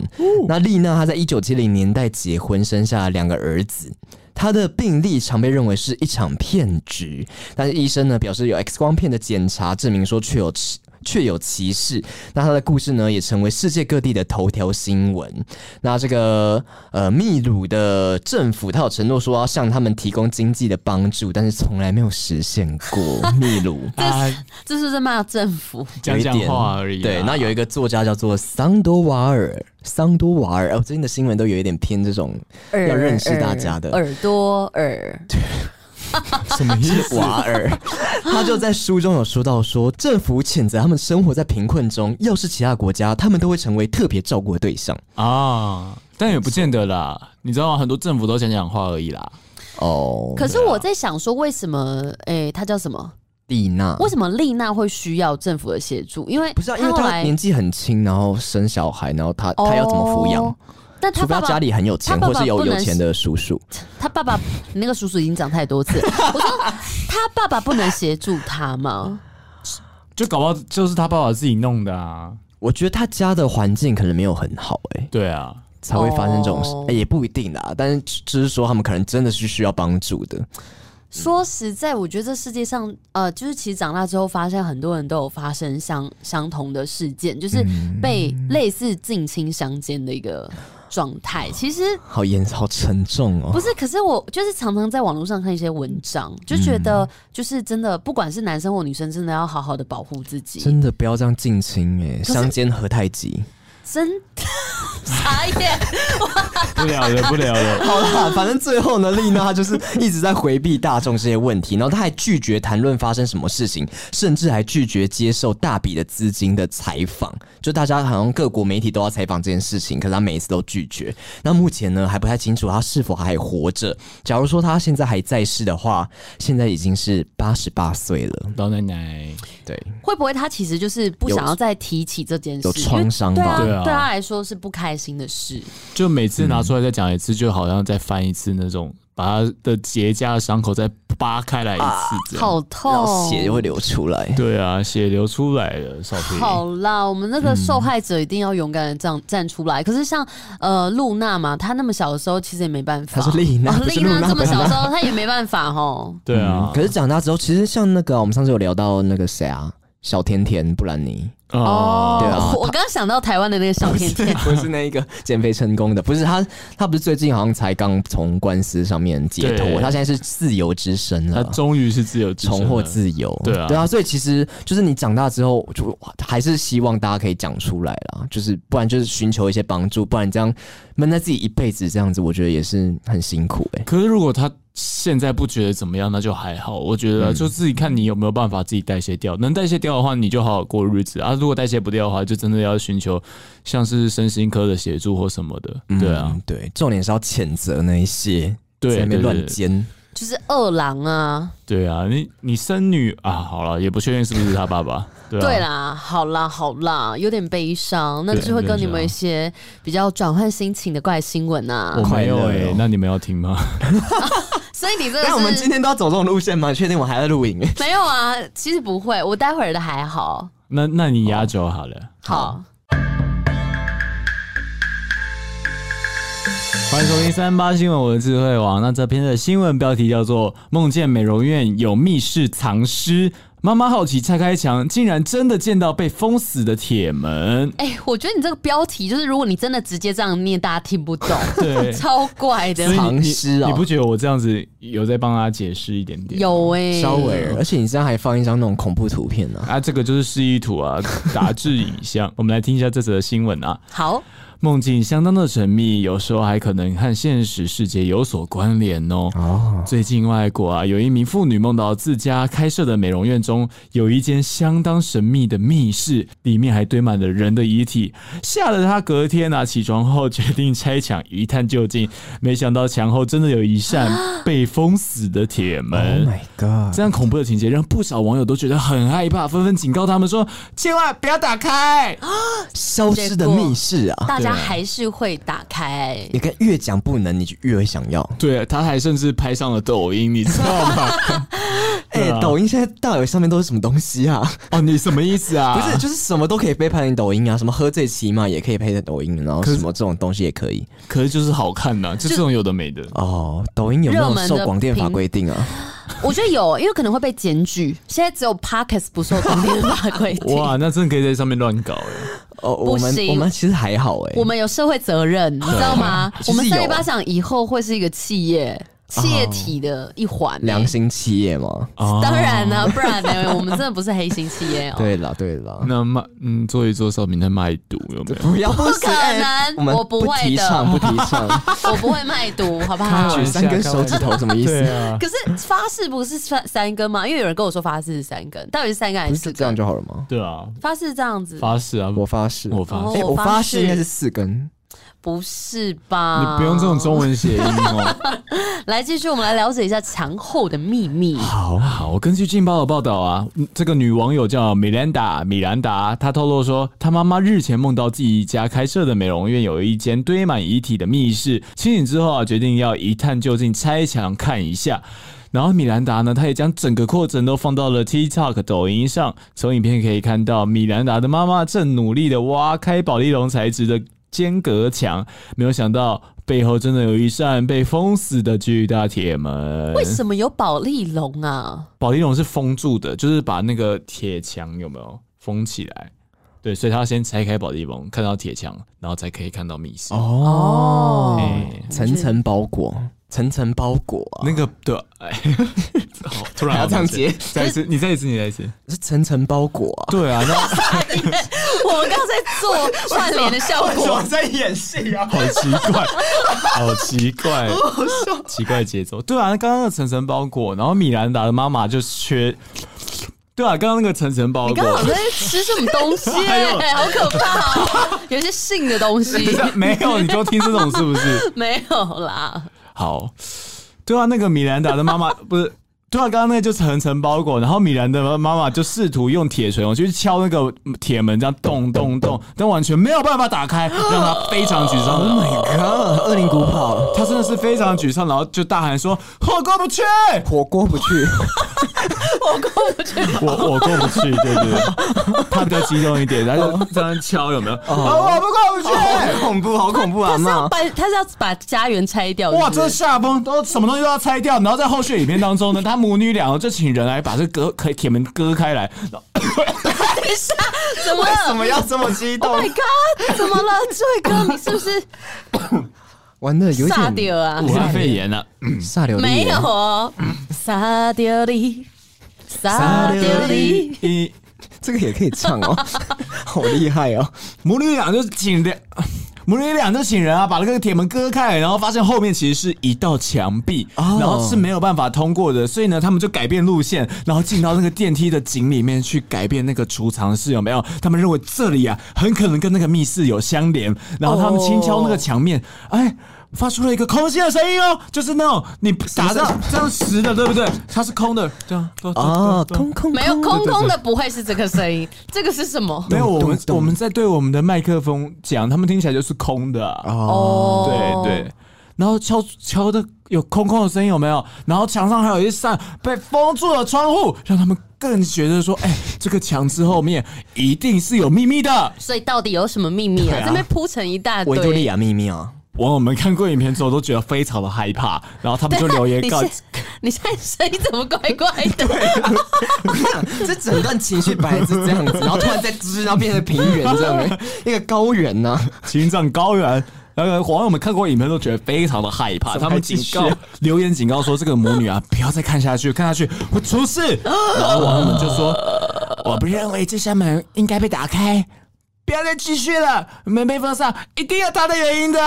B: 那丽娜她在一九七零年代结婚，生下了两个儿子。她的病例常被认为是一场骗局，但是医生呢表示有 X 光片的检查证明说确有其确有其事。那她的故事呢也成为世界各地的头条新闻。那这个呃秘鲁的政府，他有承诺说要向他们提供经济的帮助，但是从来没有实现过。秘鲁。
C: 啊，
A: 这是不是在骂政府？
C: 讲讲
B: 有一点
C: 话而已啦。啊
B: 对，那有一个作家叫做桑多瓦尔，桑多瓦尔，哦，最近的新闻都有一点偏这种
A: 耳
B: 要认识大家的
A: 耳耳朵耳，
C: 什么意思？
B: 瓦尔，他就在书中有说到说，政府谴责他们生活在贫困中，要是其他国家，他们都会成为特别照顾的对象。
C: 啊，但也不见得啦，你知道吗？很多政府都讲讲话而已啦。
B: 哦，
A: 可是我在想说，为什么？诶、他叫什么？
B: 丽娜
A: 为什么丽娜会需要政府的协助？因为
B: 不是、啊，因为
A: 后
B: 她
A: 来
B: 年纪很轻，然后生小孩，然后她她要怎么抚养？
A: 哦但他
B: 除非
A: 爸
B: 她
A: 爸
B: 家里很有钱，
A: 她爸
B: 或
A: 爸
B: 是有
A: 不能
B: 有钱的叔叔。
A: 他爸爸，你那个叔叔已经讲太多次 了。我说他爸爸不能协助他吗？
C: 就搞不好就是他爸爸自己弄的啊。
B: 我觉得他家的环境可能没有很好、哎，
C: 对啊，
B: 才会发生这种事、
A: 哦
B: 哎也不一定啦。但是只是说他们可能真的是需要帮助的。
A: 说实在，我觉得这世界上，呃，就是其实长大之后，发现很多人都有发生相相同的事件，就是
B: 嗯
A: 被类似近亲相奸的一个状
B: 哦
A: 态。其实
B: 好严，好沉重哦、
A: 不是，可是我就是常常在网络上看一些文章，就觉
B: 嗯
A: 得就是真的，不管是男生或女生，真的要好好的保护自己。
B: 真的不要这样近亲哎、
A: 是
B: 相煎何太急？
A: 真 傻眼，
C: 不了了，不了了。
B: 好啦，反正最后呢，丽娜她就是一直在回避大众这些问题，然后她还拒绝谈论发生什么事情，甚至还拒绝接受大笔的资金的采访。就大家好像各国媒体都要采访这件事情，可是她每一次都拒绝。那目前呢，还不太清楚她是否还活着。假如说她现在还在世的话，现在已经是八十八岁了，
C: 老奶奶，
B: 对，
A: 会不会他其实就是不想要再提起这件事？
B: 有创伤
A: 因为对
B: 吧
A: 啊，
C: 对啊
A: 对他来说是不开心的事。
C: 就每次拿出来再讲一次，就好像再翻一次那种，把他的结痂的伤口再扒开来一次这
A: 啊
C: 样。
A: 好
B: 然
A: 痛
B: 后，血就会流出来。
C: 对啊，血流出来了，少平。
A: 好啦，我们那个受害者一定要勇敢的站站出来。可是像呃露娜嘛，她那么小的时候其实也没办法。
B: 她是丽娜
A: 哦
B: 不是
A: 丽
B: 露
A: 娜
B: 娜
A: 这么小的时候她也没办法哦吼。
C: 对啊
B: 嗯，可是长大之后，其实像那个啊我们上次有聊到那个谁啊，小甜甜布兰妮，
C: 哦，
B: 对啊
A: 我我刚刚想到台湾的那个小甜甜，
B: 不是那一个减肥成功的，不是他，他不是最近好像才刚从官司上面解脱，
C: 对
B: 他现在是自由之身
C: 他
B: 了。
C: 终于是自由之身了
B: 重获自由，
C: 对啊
B: 对啊，所以其实就是你长大之后，就还是希望大家可以讲出来啦，就是不然就是寻求一些帮助，不然这样闷在自己一辈子这样子，我觉得也是很辛苦哎、
C: 可是如果他现在不觉得怎么样，那就还好。我觉得啊就自己看你有没有办法自己代谢掉，能代谢掉的话，你就好好过日子啊。如果代谢不掉的话，就真的要寻求像是身心科的协助或什么的。对啊
B: 嗯，，对，重点是要谴责那一些
C: 对啊
B: 在那边
C: 对
B: 乱
C: 对
B: 奸，
A: 就是二郎啊。
C: 对啊，你你生女啊，好了，也不确定是不是他爸爸。对啊，
A: 对啦，好啦，好啦，有点悲伤，那
C: 对
A: 就是会跟你们一些比较转换心情的怪新闻啊
C: 我。没有
B: 快
C: 哎、
B: 乐哦
C: 那你们要听吗？
A: 所以你这
B: 但我
A: 个
B: 们
A: 是
B: 今天都要走这种路线吗？你确定我还在录影？
A: 没有啊？其实不会，我待会儿的还好。
C: 那那你压轴好了。
A: 好，
C: 欢迎收听三八新闻，我的智慧王。那这篇的新闻标题叫做《梦见美容院有密室藏尸》，妈妈好奇拆开墙，竟然真的见到被封死的铁门。
A: 哎、我觉得你这个标题就是，如果你真的直接这样念，大家听不 懂，
C: 对
A: 超怪的
C: 所。以你
B: 藏尸哦
C: 你不觉得我这样子有在帮他解释一点点？
A: 有哎、
B: 哦稍微，而且你这样还放一张那种恐怖图片呢、
C: 啊，这个就是示意图啊， 打至影像。我们来听一下这则的新闻啊。
A: 好，
C: 梦境相当的神秘，有时候还可能和现实世界有所关联哦。
B: 哦，
C: 最近外国啊，有一名妇女梦到自家开设的美容院中有一间相当神秘的密室，里面还堆满了人的遗体，吓得她隔天啊起床后决定拆墙一探究竟，没想到墙后真的有一扇被封死的铁门。
B: 啊 Oh my god！
C: 这样恐怖的情节让不少网友都觉得很害怕，纷纷警告他们说：“千万不要打开。
B: 消失的密室啊，
A: 大家还是会打开、
B: 你看越讲不能，你就越会想要。
C: 对，他还甚至拍上了抖音，你知道吗？
B: 哎、
C: 对啊
B: 抖音现在到底上面都是什么东西啊？
C: 哦，你什么意思啊？
B: 不是，就是什么都可以被拍成抖音啊，什么喝醉骑马也可以拍成抖音，然后
C: 可是
B: 什么这种东西也可以。
C: 可是就是好看呐、就这种有的没的。
B: 哦，抖音有没
A: 热
B: 有
A: 门的
B: 受广电法
A: 屏
B: 规定啊？
A: 我觉得有，因为可能会被检举。现在只有 Pockets 不受广电法 规定，
C: 哇，那真的可以在上面乱搞哎！
B: 哦，我们
A: 行
B: 我们其实还好哎、
A: 我们有社会责任，你知道吗？
B: 啊其实
A: 我们三
B: 有哦
A: 一八奖以后会是一个企业企业体的一环、欸
B: 良心企业嘛。
A: 当然呢、不然呢，我们真的不是黑心企业哦、
B: 对了对了，
C: 那卖嗯，做一做烧饼再卖毒有没有？
B: 不要不
A: 不
B: 行
A: 可
B: 哎
A: 能
B: 我们
A: 我不
B: 不
A: 会
B: 提
A: 的
B: 倡不提倡，
A: 我不会卖毒，好不好？
B: 举三根手指头什么意 思？
C: 啊，
A: 可是发誓不是三三根吗？因为有人跟我说发誓是三根，到底是三根还
B: 不
A: 是
B: 是
A: 四
B: 这样
A: 根？
B: 就好了吗？
C: 对啊，
A: 发誓这样子，
C: 发誓啊，
B: 我发誓，
C: 我发
A: 哦
C: 誓
B: 哎、我
A: 我发
B: 发誓
A: 誓
B: 应该是四根，
A: 不是吧？
C: 你不用这种中。文谐音哦。
A: 来，继续我们来了解一下墙后的秘密。
C: 好好，根据《劲爆》的报道啊，嗯这个女网友叫米兰达，米兰达，她透露说，她妈妈日前梦到自己家开设的美容院有一间堆满遗体的密室，清醒之后啊，决定要一探究竟，拆墙看一下。然后米兰达呢，她也将整个过程都放到了 TikTok 抖音上。从影片可以看到，米兰达的妈妈正努力的挖开保丽龙材质的间隔墙，没有想到背后真的有一扇被封死的巨大铁门。
A: 为什么有保利龙啊？
C: 保利龙是封住的，就是把那个铁墙有没有封起来？对，所以他要先拆开保利龙，看到铁墙，然后才可以看到密室。
A: 哦
C: 哎
B: 层层包裹，层层包裹啊，
C: 那个对，哎 好哦突然
B: 还要这样接，
C: 再一次，你再一次，你再一次。
B: 是层层包裹啊。
C: 对 啊，那
A: 我们刚才做串联的效果，
B: 在演戏啊？
C: 好奇怪，好奇怪，奇怪节奏。对啊，那刚刚的层层包裹，然后米兰达的妈妈就缺。对啊，刚刚那个层层包
A: 你
C: 裹
A: 刚，好在吃什么东西、哎，好可怕、哦！有一些性的东西
C: 没有，你都听这种是不是？
A: 没有啦。
C: 好，对啊，那个米兰达的妈 妈不是。对啊，刚刚那个就层层包裹，然后米兰的妈妈就试图用铁锤，我去敲那个铁门，这样咚咚咚，但完全没有办法打 开，让他非常沮丧。Oh my god！
B: 啊，恶灵古堡，
C: 他真的是非常沮丧，然后就大喊说：“我过不去，
B: 火锅不 去，
C: 我我过不去。”对对 对，他比较激动一点，然后就这样敲有没有？啊，我不过不去！
B: 哦好恐怖，好恐怖啊！
A: 他是要
B: 妈，
A: 把他是要把家园拆掉
C: 哇，
A: 是
C: 这
A: 不是
C: 下风都什么东西都要拆掉，然后在后续影片当中呢，他母女俩就请人来把这隔可以铁门割开来，然后
A: 怎么
B: 为
A: 了
B: 什么要这么激动
A: ？Oh my god！怎么了，这位哥，你是不是
B: 玩的有
A: 傻掉
B: 点嗯
A: 啊？
C: 武汉肺炎了、
B: 煞流，
A: 没有，哦，傻掉你，
C: 啊
A: 傻掉你。
C: 一
B: 这个也可以唱 哦，好厉害哦！
C: 母女俩就请人，母女俩就请人啊，把那个铁门割开，然后发现后面其实是一道墙壁，
B: 哦
C: 然后是没有办法通过的，所以呢，他们就改变路线，然后进到那个电梯的井里面去改变那个储藏室，有没有？他们认为这里啊，很可能跟那个密室有相连，然后他们轻敲那个墙面，哎。发出了一个空心的声音哦，就是那种你打到这样实的，对不对？它是空的，这样咚咚
B: 啊，
C: 咚咚
B: 空空
A: 没有空
C: 对
A: 空的不会是这个声音，这个是什么？
C: 没有，我们
B: 咚咚
C: 我们在对我们的麦克风讲，他们听起来就是空的啊、
B: 哦，
A: 哦，
C: 对对。然后敲敲的有空空的声音有没有？然后墙上还有一扇被封住的窗户，让他们更觉得说，哎、这个墙之后面一定是有秘密的。
A: 所以到底有什么秘密
C: 对
A: 啊？
C: 啊
A: 这边铺成一大
B: 维多利
A: 堆。
B: 亚秘密啊，
C: 网友们看过影片之后都觉得非常的害怕，然后他们就留言
A: 啊 你
C: 告
A: 现 你现在声音怎么怪怪的？
B: 这整段情绪本来是这样子，然后突然在吱，然后变成平原这样、 欸，一个高原啊呐、
C: 青藏高原。那个网友们看过影片都觉得非常的害怕，
B: 怎么
C: 他
B: 还啊
C: 们警
B: 警告
C: 告留言警告说这个母女啊，不要再看下去，看下去会出事。然后网友们就说，我不认为这扇门应该被打开，不要再继续了，门被封上一定有它的原因的。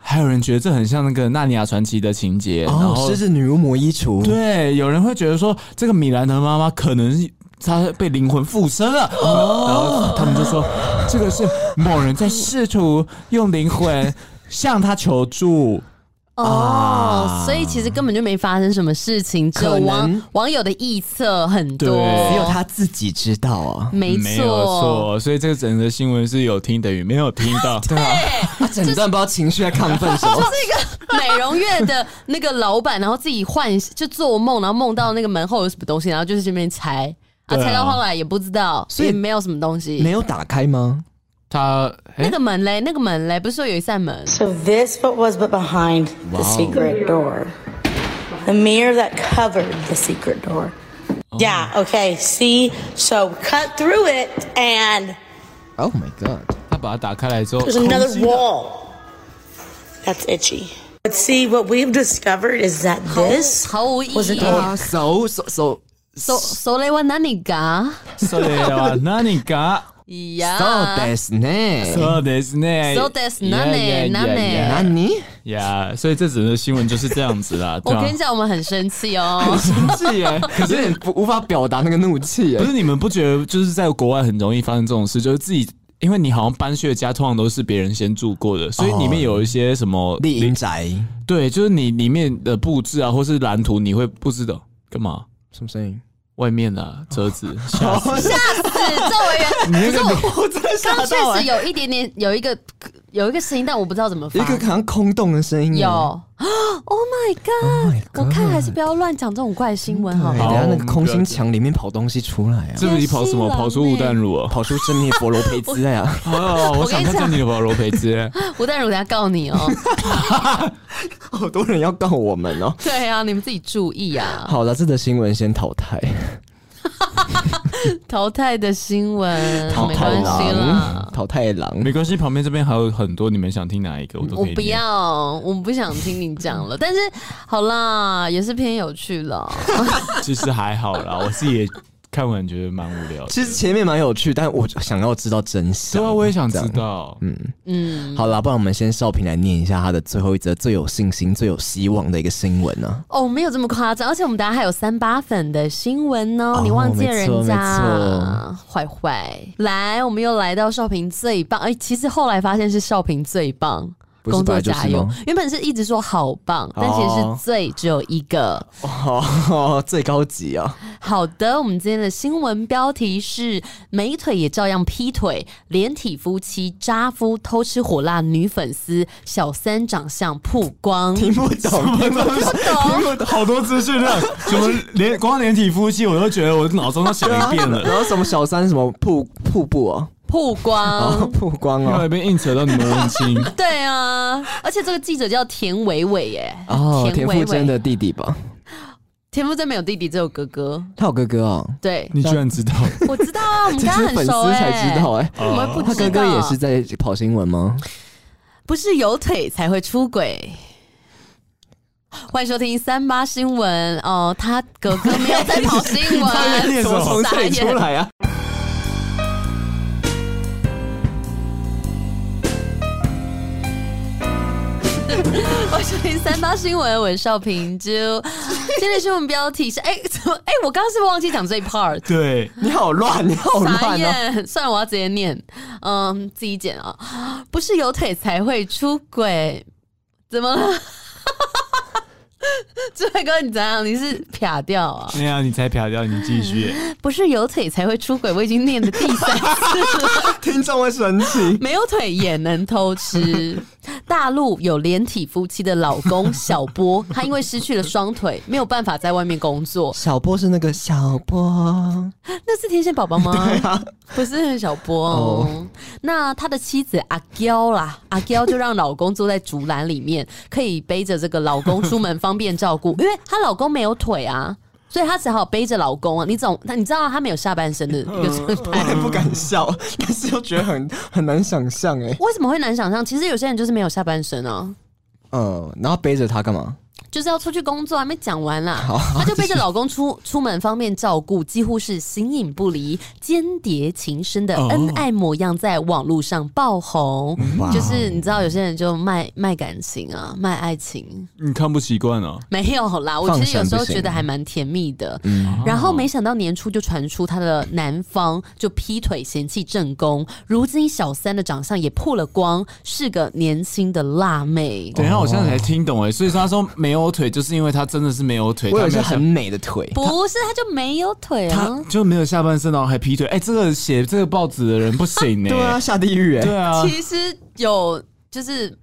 C: 还有人觉得这很像那个《纳尼亚传奇》的情节，然
B: 哦，
C: 后
B: 狮子女巫魔衣橱，
C: 对，有人会觉得说，这个米兰的妈妈可能是她被灵魂附身了，然后他们就说，这个是某人在试图用灵魂向她求助。
A: 哦，所以其实根本就没发生什么事情，只有
B: 可能
A: 网网友的臆测很多，
C: 对
B: 只有他自己知道啊。
A: 没
C: 没有
A: 错。
C: 错，所以这个整个新闻是有听等于没有听 到。
B: 对啊，他整段不知道情绪在亢奋 什么。
A: 这个 美容院的那个老板，然后自己幻就做梦，然后梦到那个门后有什么东西，然后就是这边拆，啊，
C: 对啊
A: 拆到后来也不知道，
B: 所以
A: 也没有什么东西
B: 没。有打开吗？
C: 他哎
A: 那个门嘞，那个门嘞，不是说有一扇门？
D: So this what was but behind the secret door. The mirror that covered the secret door. Yeah, okay, see? So cut through it and
B: Oh my god！
C: 他把它打开来之后，
D: there's
C: 空
D: another
C: 气的
D: wall. That's itchy. But see what we've discovered is that this
A: 毫无意义。
B: 啊，手手手
A: 手手雷湾哪里嘎？
C: そうだわ何か
A: 呀
B: 手ですね。
C: そうですね。
A: そうですね
C: 啊 Yeah, yeah,
A: 何
C: yeah,
B: 那 你
C: yeah. 呀，所以这整个新闻就是这样子啦。
A: 我
C: 对啊
A: 跟你讲，我们很生气 哦。
B: 生气耶，可是你不无法表达那个怒气耶
C: 不。是你们不觉得就是在国外很容易发生这种事，就是自己。因为你好像搬去的家通常都是别人先住过的，所以里面有一些什么
B: 丽英宅
C: 对，就是你里面的布置啊，或是蓝图，你会不知道干嘛。
B: 什么声音？
C: 外面的、啊、车子，吓死
A: 吓死赵委员，
B: 你那个
A: 可是
B: 我真的吓
A: 刚
B: 到
A: 确实
B: 欸
A: 有一点点有一个有一个声音，但我不知道怎么
B: 一
A: 发。
B: 个好像空洞的声音欸。
A: 有 啊，Oh my
B: my
A: god！
B: god
A: 我看还是不要乱讲这种怪新闻好
B: 哦
A: 了。
B: 对，哎等下那个
C: 好
B: 空心墙里面跑东西出来啊，
C: 这不你跑什么？跑出吴淡如啊？
B: 跑出正面佛罗培兹 啊！
C: 啊！我想
A: 我跟
C: 看看
A: 你
C: 你有没有罗培兹。
A: 吴淡如，等下告你哦。
B: 好多人要告我们哦。
A: 对啊，你们自己注意啊。
B: 好了，这则新闻先淘汰。
A: 淘汰的新闻，
B: 淘
A: 没
B: 汰
A: 关系啦
B: 狼，。淘汰狼。
C: 没关系，旁边这边还有很多，你们想听哪一个，我都
A: 我
C: 可以。
A: 不，要，我不想听你讲了。但是好啦，也是偏有趣 了。
C: 其实还好啦，我自己也看完觉得蛮无聊的。
B: 其实前面蛮有趣，但我想要知道真
C: 对
B: 相。
C: 啊，我也想知
B: 这样。
C: 道。嗯，
A: 嗯，
B: 好啦，不然我们先少平来念一下他的最后一则最有信心、最有希望的一个新闻啊呢、
A: 哦，没有这么夸张，而且我们等下还有三八粉的新闻呢、
B: 哦
A: 你忘记了
B: 没错
A: 人家
B: 没
A: 坏坏。来，我们又来到少平最棒，哎、其实后来发现是少平最棒。
B: 不是
A: 工
B: 本
A: 作加
B: 来就是
A: 油
B: 吗！
A: 原本是一直说好棒，但其实
B: 哦
A: 是最只有一个。
B: 哦，最高级啊！
A: 好的，我们今天的新闻标题是：美腿也照样劈腿，连体夫妻渣夫偷吃火辣女粉丝，小三长相曝光。
B: 听不懂，听不懂。
C: 好多资讯量，什么连光连体夫妻，我都觉得我脑中都想一遍了。
B: 然后什么小三什么瀑瀑布啊，
A: 曝
B: 哦
A: 光，
B: 曝光
C: 另外
B: 啊
C: 一，边硬扯到你们文青，
A: 对啊，而且这个记者叫田伟伟耶，
B: 哦，田馥
A: 伟
B: 甄
A: 伟，
B: 的弟弟吧，
A: 田馥甄没有弟弟，只有哥哥。
B: 他有哥哥哦，
A: 对，
C: 你居然知道？
A: 我知道啊，我们
B: 这
A: 刚刚
B: 是粉
A: 很
B: 丝
A: 熟哎，
B: 才知道哎、
A: 我们不知道
B: 他哥哥也是在跑新闻吗？
A: 不是有腿才会出轨。欢迎收听三八新闻哦，他哥哥没有在跑新 闻，
B: 怎么从这里出来啊？
A: 欢迎收听三八新闻，我是少平就今天的新闻标题是：哎、怎么？哎、我刚刚是不是忘记讲这一 part？
C: 对，
B: 你好乱，你好
A: 傻
B: 乱哦、
A: 眼，算了，我要直接念，嗯，自己剪啊，不是有腿才会出轨，怎么了？ 志伟哥，你怎样？你是撇掉啊？
C: 那样你才撇掉，你继续。
A: 不是有腿才会出轨，我已经念的第 三次了。
B: 听众会生气。
A: 没有腿也能偷吃。大陆有连体夫妻的老公小波，他因为失去了双腿，没有办法在外面工作。
B: 小波是那个小波，
A: 那是天线宝宝 吗？啊不是小波哦。那他的妻子阿娇啦，阿娇就让老公坐在竹篮里面，可以背着这个老公出门方便照顾， 因为她老公没有腿啊。所以她只好背着老公啊，你总那你知道她没有下半身的一个状态，
B: 我也不敢笑，但是又觉得很很难想象哎、
A: 为什么会难想象？其实有些人就是没有下半身啊。
B: 嗯，然后背着他干嘛？
A: 就是要出去工作，还没讲完啦。她就背着老公出出门方便照顾，几乎是形影不离、间谍情深的
C: 哦
A: 恩爱模样，在网络上爆红。
B: 哇
A: 就是你知道，有些人就卖卖感情啊，卖爱情。
C: 你看不习惯哦。
A: 没有啦，我其实有时候觉得还蛮甜蜜的。然后没想到年初就传出她的男方就劈腿嫌弃正宫，如今小三的长相也破了光，是个年轻的辣妹。
C: 等一下，我现在才听懂哎，所以说他说没有腿，就是因为他真的是嗯没有腿，
B: 我有
C: 他没
B: 一些
C: 有
B: 很美的腿，
A: 不是，她就没有腿啊。
C: 他就没有下半身，然后还劈腿。哎，这个写这个报纸的人不行呢。
B: 对啊，，下地狱哎、
C: 对啊，
A: 其实有就是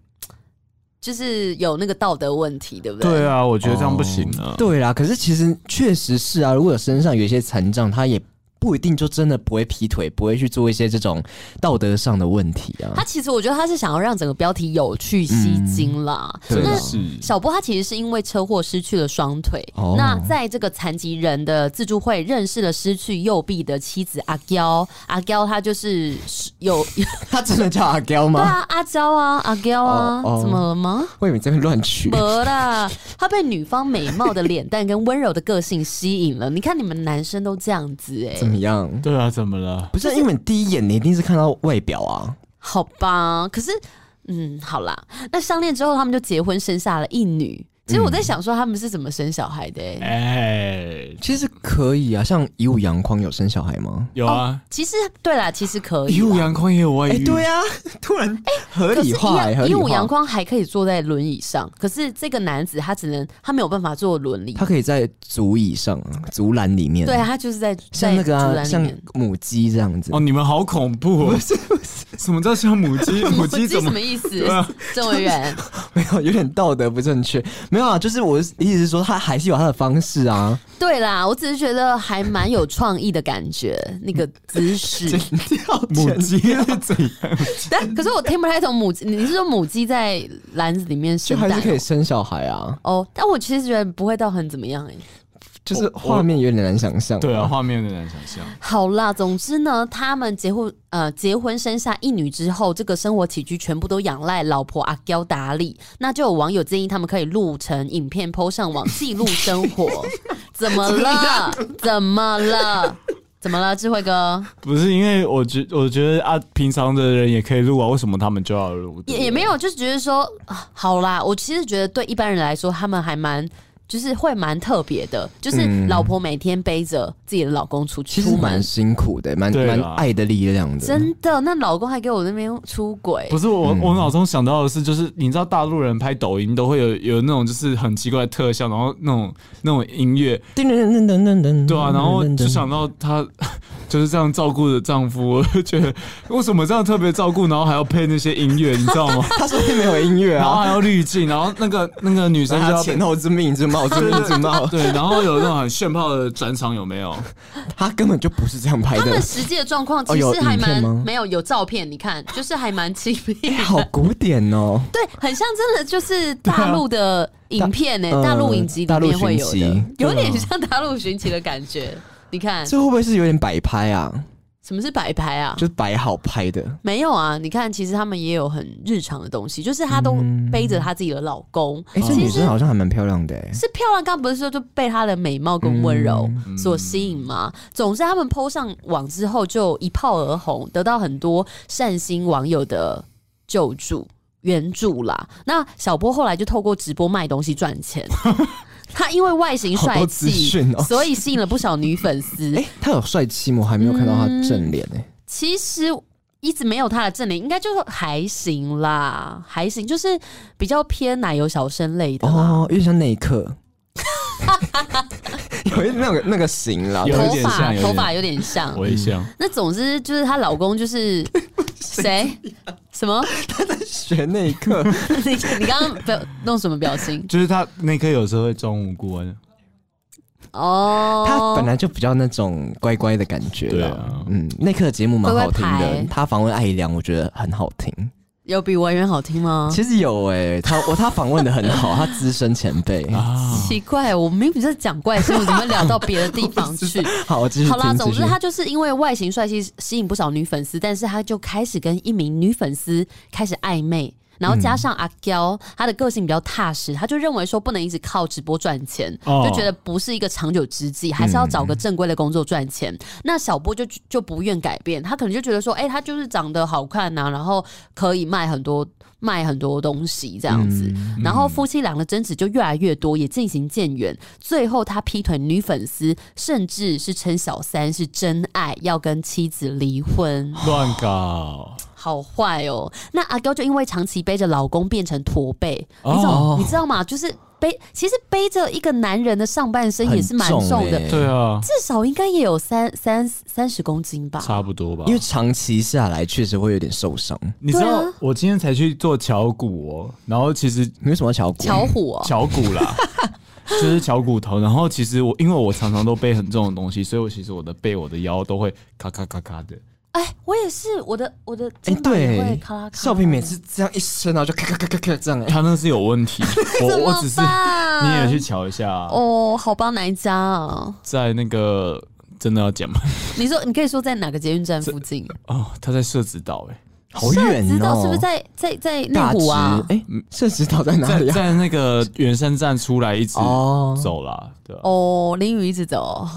A: 就是有那个道德问题，对不对？
C: 对啊，我觉得这样不行啊。
B: 对啦，可是其实确实是啊，如果有身上有一些残障，他也不一定就真的不会劈腿，不会去做一些这种道德上的问题啊
A: 他。其实我觉得他是想要让整个标题有趣吸睛啦。
B: 对
A: 那
B: 啊
C: 是
A: 小波他其实是因为车祸失去了双腿，
B: 哦
A: 那在这个残疾人的自助会认识了失去右臂的妻子阿娇，阿娇她就是有对
B: 他真的叫阿娇吗？
A: 啊阿娇啊阿娇啊，
B: 哦哦哦
A: 怎么了吗？
B: 我以为你在那边乱取。
A: 没啦，他被女方美貌的脸蛋跟温柔的个性吸引了。你看你们男生都这样子哎、
B: 怎么样？
C: 对啊，怎么了？
B: 不是，因为你第一眼你一定是看到外表啊。
A: 好吧，可是，嗯，好啦，那相恋之后，他们就结婚，生下了一女。其实我在想说他们是怎么生小孩的、欸。
C: 哎，
B: 其实可以啊，像以武阳匡有生小孩吗？
C: 有啊，
A: 其实对啦，其实可以
C: 一
A: 啦。
C: 五阳光也有外
B: 哎、
C: 遇，
B: 对啊，突然合
A: 可是
B: 理化、哎，合理
A: 因为
B: 化
A: 阳。光还可以坐在轮椅上，可是这个男子他只能他没有办法坐轮椅
B: 他，可以在足椅上啊，竹篮里面。
A: 对，他就是在在
B: 像那个
A: 竹
B: 啊，
A: 篮里
B: 像
A: 面。
B: 母鸡这样子。
C: 哦，你们好恐怖哦！什么叫像母 鸡？母鸡
A: 什
C: 怎么
A: 么？ 意思
C: 啊？
A: 郑委员，
B: 没有，有点道德不正确。没有啊，就是我的意思是说，他还是有他的方式啊。
A: 对啦，我只是觉得还蛮有创意的感觉，那个姿 势。
C: 母 鸡是怎样？
A: 但可是我听不太懂母鸡，你是说母鸡在篮子里面
B: 就
A: 生
B: 还
A: 蛋
B: 是
A: 哦？
B: 可以生小孩啊，
A: 哦，但我其实觉得不会到很怎么样哎、
B: 就是画面有点难想象。
C: 对啊，，画面有点难想象。
A: 好啦，总之呢，他们结婚呃结婚生下一女之后，这个生活起居全部都仰赖老婆阿娇打理。那就有网友建议他们可以录成影片抛上网记录生活。怎么 了？怎么了？怎么了？智慧哥
C: 不是因为我觉，我觉得啊，平常的人也可以录啊，为什么他们就要录？
A: 也也没有，就是觉得说啊，好啦，我其实觉得对一般人来说，他们还蛮。就是会蛮特别的，就是老婆每天背着自己的老公出
B: 嗯
A: 去
B: 其实
A: 出
B: 蛮
A: 门，
B: 辛苦的，蛮
C: 对啦啊
B: 蛮爱的力量的。
A: 真的。那老公还给我那边出轨，
C: 不是我，我脑中想到的是，就是你知道大陆人拍抖音都会有有那种就是很奇怪的特效，然后那种那种音乐，
B: 噔噔噔噔噔噔，
C: 对啊，然后就想到她 就是这样照顾的丈夫，我就觉得为什么这样特别照顾，然后还要配那些音乐，你知道 吗？
B: 他说没有音乐
C: 然后
B: 啊，
C: 还要滤镜，然后那个那个女生
B: 然
C: 就
B: 后
C: 要
B: 他前后之命 之貌之命之貌，
C: 对，然后有那种很炫炮的转场有没有？啊
B: 他根本就不是这样拍
A: 他
B: 的
A: 们，实际的状况其
B: 哦有
A: 实还
B: 影
A: 蛮、
B: 片吗
A: 没有有照片，你看就是还蛮亲 密的，
B: 好古典哦。
A: 对，很像真的就是
B: 啊
A: 大陆的影片呢、
B: 大
A: 大陆影集里面会有
B: 嗯大陆
A: 的
B: 寻，啊
A: 有点像大陆寻奇的感觉。你看
B: 这会不会是有点摆拍啊？
A: 什么是摆拍啊？
B: 就是摆好拍的，
A: 没有啊，你看其实他们也有很日常的东西，就是她都
B: 嗯
A: 背着她自己的老公，
B: 哎、这
A: 其
B: 女
A: 实
B: 生好像还蛮漂亮的、欸，
A: 是漂亮，刚不是说就被她的美貌跟温柔
B: 嗯
A: 所吸引吗？总之，他们 PO 上网之后就一炮而红，得到很多善心网友的救助援助啦。那小波后来就透过直播卖东西赚 钱。他因为外形
B: 好
A: 帅
B: 多资
A: 气
B: 讯，哦
A: 所以吸引了不少女粉 丝。
B: 哎、她有帅气吗？我还没有看到她正脸哎、
A: 其实一直没有他的正脸，应该就是还行啦，还行，就是比较偏奶油小生类的啦。
B: 哦，有点像那一刻， 有一那个那个型啦，
C: 有
A: 头
C: 点像
A: 发
C: 有点
A: 头发有点像，
C: 我也像。
B: 嗯
A: 那总之就是她老公就是 谁
C: 啊
A: 什么？
B: 学那一刻，
A: 你你刚刚表弄什么表情？
C: 就是他那颗有时候会装无辜啊，
A: 哦，
B: 她本来就比较那种乖乖的感觉
C: 对
B: 啦。
C: 啊
B: 嗯，那刻的节目蛮好听
A: 乖乖
B: 的
A: 牌，
B: 她访问艾怡良，我觉得很好听。
A: 有比文员好听吗？
B: 其实有哎、她我她访问的很 好，她资深前辈。
C: 啊
A: 奇怪，我明明在讲怪事，我怎么聊到别的地方 去？
B: 好，我继续
A: 好啦，
B: 听
A: 总
B: 继
A: 之
B: 续。
A: 他就是因为外形帅气吸引不少女粉丝，但是他就开始跟一名女粉丝开始暧昧。然后加上阿娇，她的个性比较踏实，她就认为说不能一直靠直播赚钱，
C: 哦
A: 就觉得不是一个长久之计，还是要找个正规的工作赚钱。那小波就就不愿改变，他可能就觉得说，哎、他就是长得好看呐、然后可以卖很多卖很多东西这样子。然后夫妻俩的争执就越来越多，也渐行渐远。最后他劈腿女粉丝，甚至是称小三是真爱，要跟妻子离婚，
C: 乱搞，
A: 好坏哦。那阿娇就因为长期背着老公变成驼背，
C: 哦
A: 你懂你知道吗？就是背，其实背着一个男人的上半身也是蛮
B: 很
A: 重的，
B: 欸
C: 对啊，
A: 至少应该也有三三三十公斤吧。
C: 差不多吧。
B: 因为长期下来确实会有点受伤。
C: 你知道
A: 对啊
C: 我今天才去做巧骨哦，然后其实
B: 你为什么哎要敲鼓？
A: 巧虎哦，
C: 巧骨 啦，就是巧骨头。然后其实我因为我常常都背很重的东西，所以我其实我的背、我的腰都会咔咔咔咔的。
A: 哎，我也是，我的我的
B: 哎、
A: 肩膀也会
B: 对
A: 咔啦，咔。
B: 少平每次这样一伸，然后就咔咔咔咔咔这样、欸。
C: 他那是有问 题，我我只是
A: 怎么办
C: 你也去瞧一下啊，
A: 哦，好吧，哪一家啊？
C: 在那个真的要讲吗？
A: 你说你可以说在哪个捷运站附近？
C: 哦，他在社子岛哎、
B: 好远
A: 知道
B: 哦！
A: 是不是在在在内
B: 大
A: 湖啊
B: 直？哎，社指导在 哪
C: 在
B: 里啊？
C: 在那个圆山站出来一直
B: 哦
C: 走啦，对啊
A: 哦，淋雨一直走，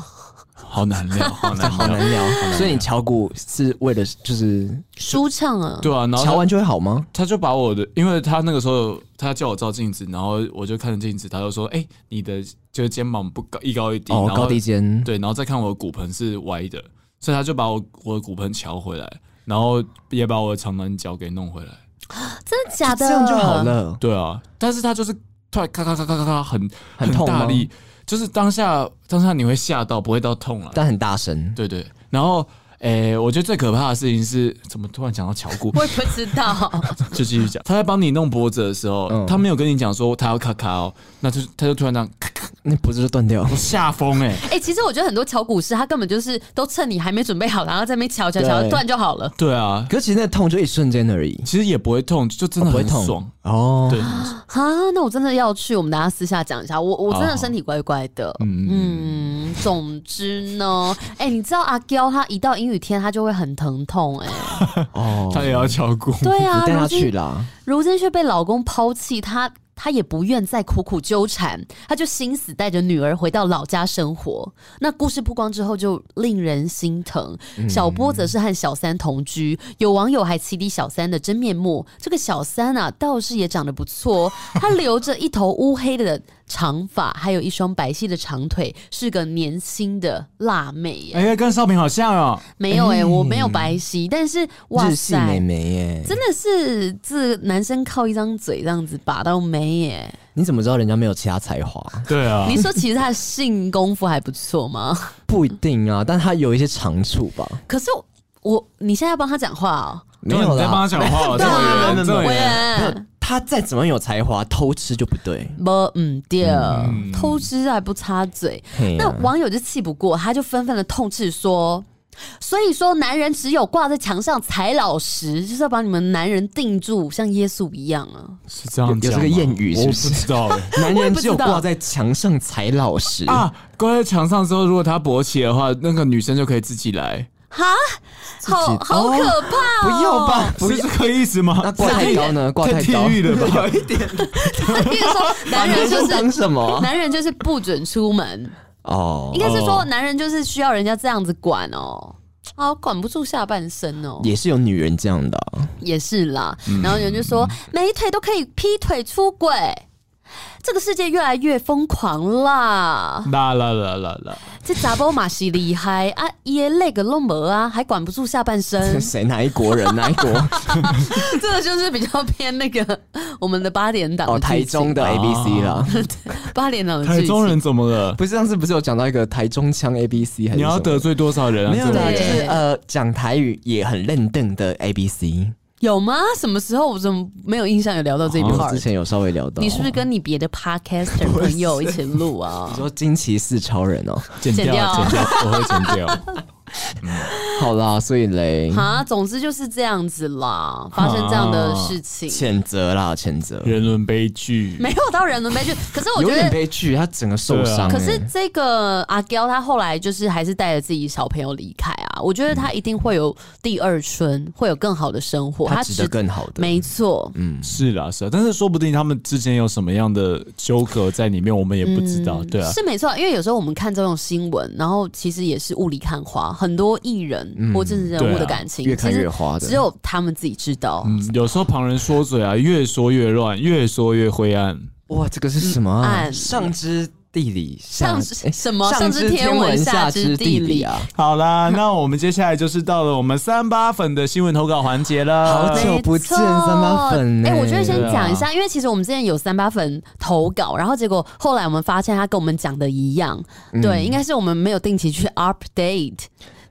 C: 好难聊，好难
B: 好难聊。
C: 好难
B: 所以你敲鼓是为了就是哦
A: 舒畅啊，
C: 对啊，然后他
B: 敲完就会好吗？
C: 他就把我的，因为他那个时候他叫我照镜子，然后我就看着镜子，他就说：“哎、你的就是肩膀不高，一高一低，
B: 哦，
C: 然后
B: 高低肩，
C: 对，然后再看我的骨盆是歪的，所以他就把我我的骨盆瞧回来，然后也把我的长短脚给弄回来。
A: 真的假的？
B: 这样就好。了。
C: 对啊，但是他就是突然咔咔咔咔咔咔很
B: 很痛吗
C: 大力，就是当下当下你会吓到，不会到痛了。啊
B: 但很大声，
C: 对对，然后。诶、我觉得最可怕的事情是，怎么突然讲到巧骨？
A: 我也不知道，
C: 就继续讲，他在帮你弄脖子的时候，
B: 嗯
C: 他没有跟你讲说他要咔咔哦，那就他就突然这样咔咔，
B: 那脖子就 断掉。
C: 我吓疯 哎！
A: 哎、其实我觉得很多敲鼓师，他根本就是都趁你还没准备好，然后在那边敲敲敲
B: 对
A: 断就好了。
C: 对啊，
B: 可是其实那痛就一瞬间而已，
C: 其实也不会痛，就真的
B: 哦不会
C: 很
B: 痛
C: 爽。
B: 哦。
C: 对，
A: 哈，那我真的要去，我们大家私下讲一下。我我真
B: 哦
A: 的身体怪怪的，嗯总之呢，哎、你知道阿娇她一到阴雨天，她就会很疼痛、哎，
B: 哦，
C: 他也要敲骨。
A: 对啊，
B: 你带
A: 如
B: 他
A: 今
B: 去啦。
A: 如今却被老公抛弃，她她也不愿再苦苦纠缠，她就心死带着女儿回到老家生活。那故事曝光之后，就令人心疼。
B: 嗯
A: 小波则是和小三同居，有网友还起底小三的真面目。这个小三啊，倒是也长得不错哦，她留着一头乌黑的长发，还有一双白皙的长腿，是个年轻的辣妹耶。
C: 哎呀，跟少平好像哦。
A: 没有哎、我没有白皙，但是哇
B: 日系
A: 塞，
B: 美眉耶，
A: 真的是这男生靠一张嘴这样子把到眉耶？
B: 你怎么知道人家没有其他才华？
C: 对啊
A: 你说其实他的性功夫还不错吗？
B: 不一定啊，但他有一些长处吧。
A: 可是我我你现在要帮他讲话哦，
B: 没有
C: 你在帮他，
B: 啦
C: 讲 话哦，
B: 对
C: 这
B: 啊
C: 么
B: 没
C: 远，
B: 有
C: 这么
B: 没有
A: 喂
C: 远。，
B: 没有他再怎么有才华，偷吃就不对。
A: 不嗯对，偷吃还不插嘴。
B: 嘿
A: 那
B: 啊
A: 网友就气不过，他就纷纷的痛斥说。所以说，男人只有挂在墙上才老实，就是要把你们男人定住，像耶稣一样啊！
C: 是这样
B: 有
C: 讲
B: 这
C: 吗
B: 个谚语是不 是
C: 我不知道 欸
B: 男人只有
A: 我也不知道
B: 挂在墙上才老实
C: 啊。挂在墙上之后，如果他勃起的话，那个女生就可以自己来，
A: 哈，好好
B: 哦
A: 可怕、哦
B: 不要吧，不
C: 是
B: 要
C: 这。个意思
B: 那
C: 吗？
B: 挂太高呢？挂太
C: 地
B: 高
C: 狱了吧
B: 有一点。
A: 我跟你 说，男人就
B: 生
A: 是
B: 当什么？
A: 男人就是不准出门，
B: 哦
A: 应，该是说
C: 哦
A: 男人就是需要人家这样子管哦。啊，管不住下半身哦，
B: 也是嗯有女人这样的啊、，
A: 也是啦。然后有人就说，美腿都可以劈腿出轨，这个世界越来越疯狂啦。
C: 啦啦啦啦啦！
A: 这杂波马西厉害啊，耶那个弄没啊，还管不住下半身
B: 谁哪一国人？哪一国？哦
A: 这个就是比较偏那个 我们的八点档
B: 哦，台
A: 剧情
B: 中的 A B C 啦。
A: 八点档的
C: 台
A: 剧
C: 中
A: 情
C: 人怎么了？
B: 不是上次不是有讲到一个台中腔 A B C 还是
C: 你要
B: 什么
C: 得罪多少人啊？
B: 没有
C: 这
B: 啦，
C: 位
B: 就
A: 对
B: 是呃讲台语也很认凳的 A B C。
A: 有吗？什么时候我怎么没有印象有聊到这一
B: 因为我
A: part？
B: 之前有稍微聊到，
A: 你是不是跟你别的 podcaster 朋友一起录啊
B: 你？说惊奇四超人哦？
C: 剪
A: 剪
C: 掉，
A: 掉
C: 剪掉，我会剪掉。
B: 好啦，所以嘞，
A: 啊，总之就是这样子
B: 啊
A: 啦，发生这样的事情，
B: 谴责啦，谴责，
C: 人伦悲剧，
A: 没有到人伦悲剧。可是我
B: 有
A: 觉
B: 点
A: 得，啊
B: 悲剧，他整个受伤、欸。
A: 可是这个阿娇她后来就是还是带着自己小朋友离开啊，我觉得她一定会有第二春，会有更好的生活，
B: 他
A: 她
B: 嗯值得更好的，嗯
A: 没错，
C: 是啦是啦，啊但是说不定他们之间有什么样的纠葛在里面，我们也不知
B: 嗯
C: 道。对啊，
A: 是没错，因为有时候我们看这种新闻，然后其实也是雾里看花，很多艺人或政治人物
C: 对
A: 的
C: 啊
A: 感情，
B: 嗯越看
A: 其实
B: 越花的
A: 只有他们自己知道。
C: 嗯，有时候旁人说嘴啊，越说越乱，越说越灰暗。
B: 哇，这个是什么、啊？
A: 嗯
B: 上知地理，
A: 上
B: 哎
A: 知什么？
B: 上
A: 知
B: 天
A: 文，
B: 下
A: 知
B: 地
A: 理
B: 啊！！
C: 好 啦，那我们接下来就是到了我们三八粉的新闻投稿环节了。
B: 好久不见三八粉呢
A: 哎、我觉得先讲一下，因为其实我们之前有三八粉投稿，然后结果后来我们发现他跟我们讲的一样，
B: 嗯
A: 对，应该是我们没有定期去 update，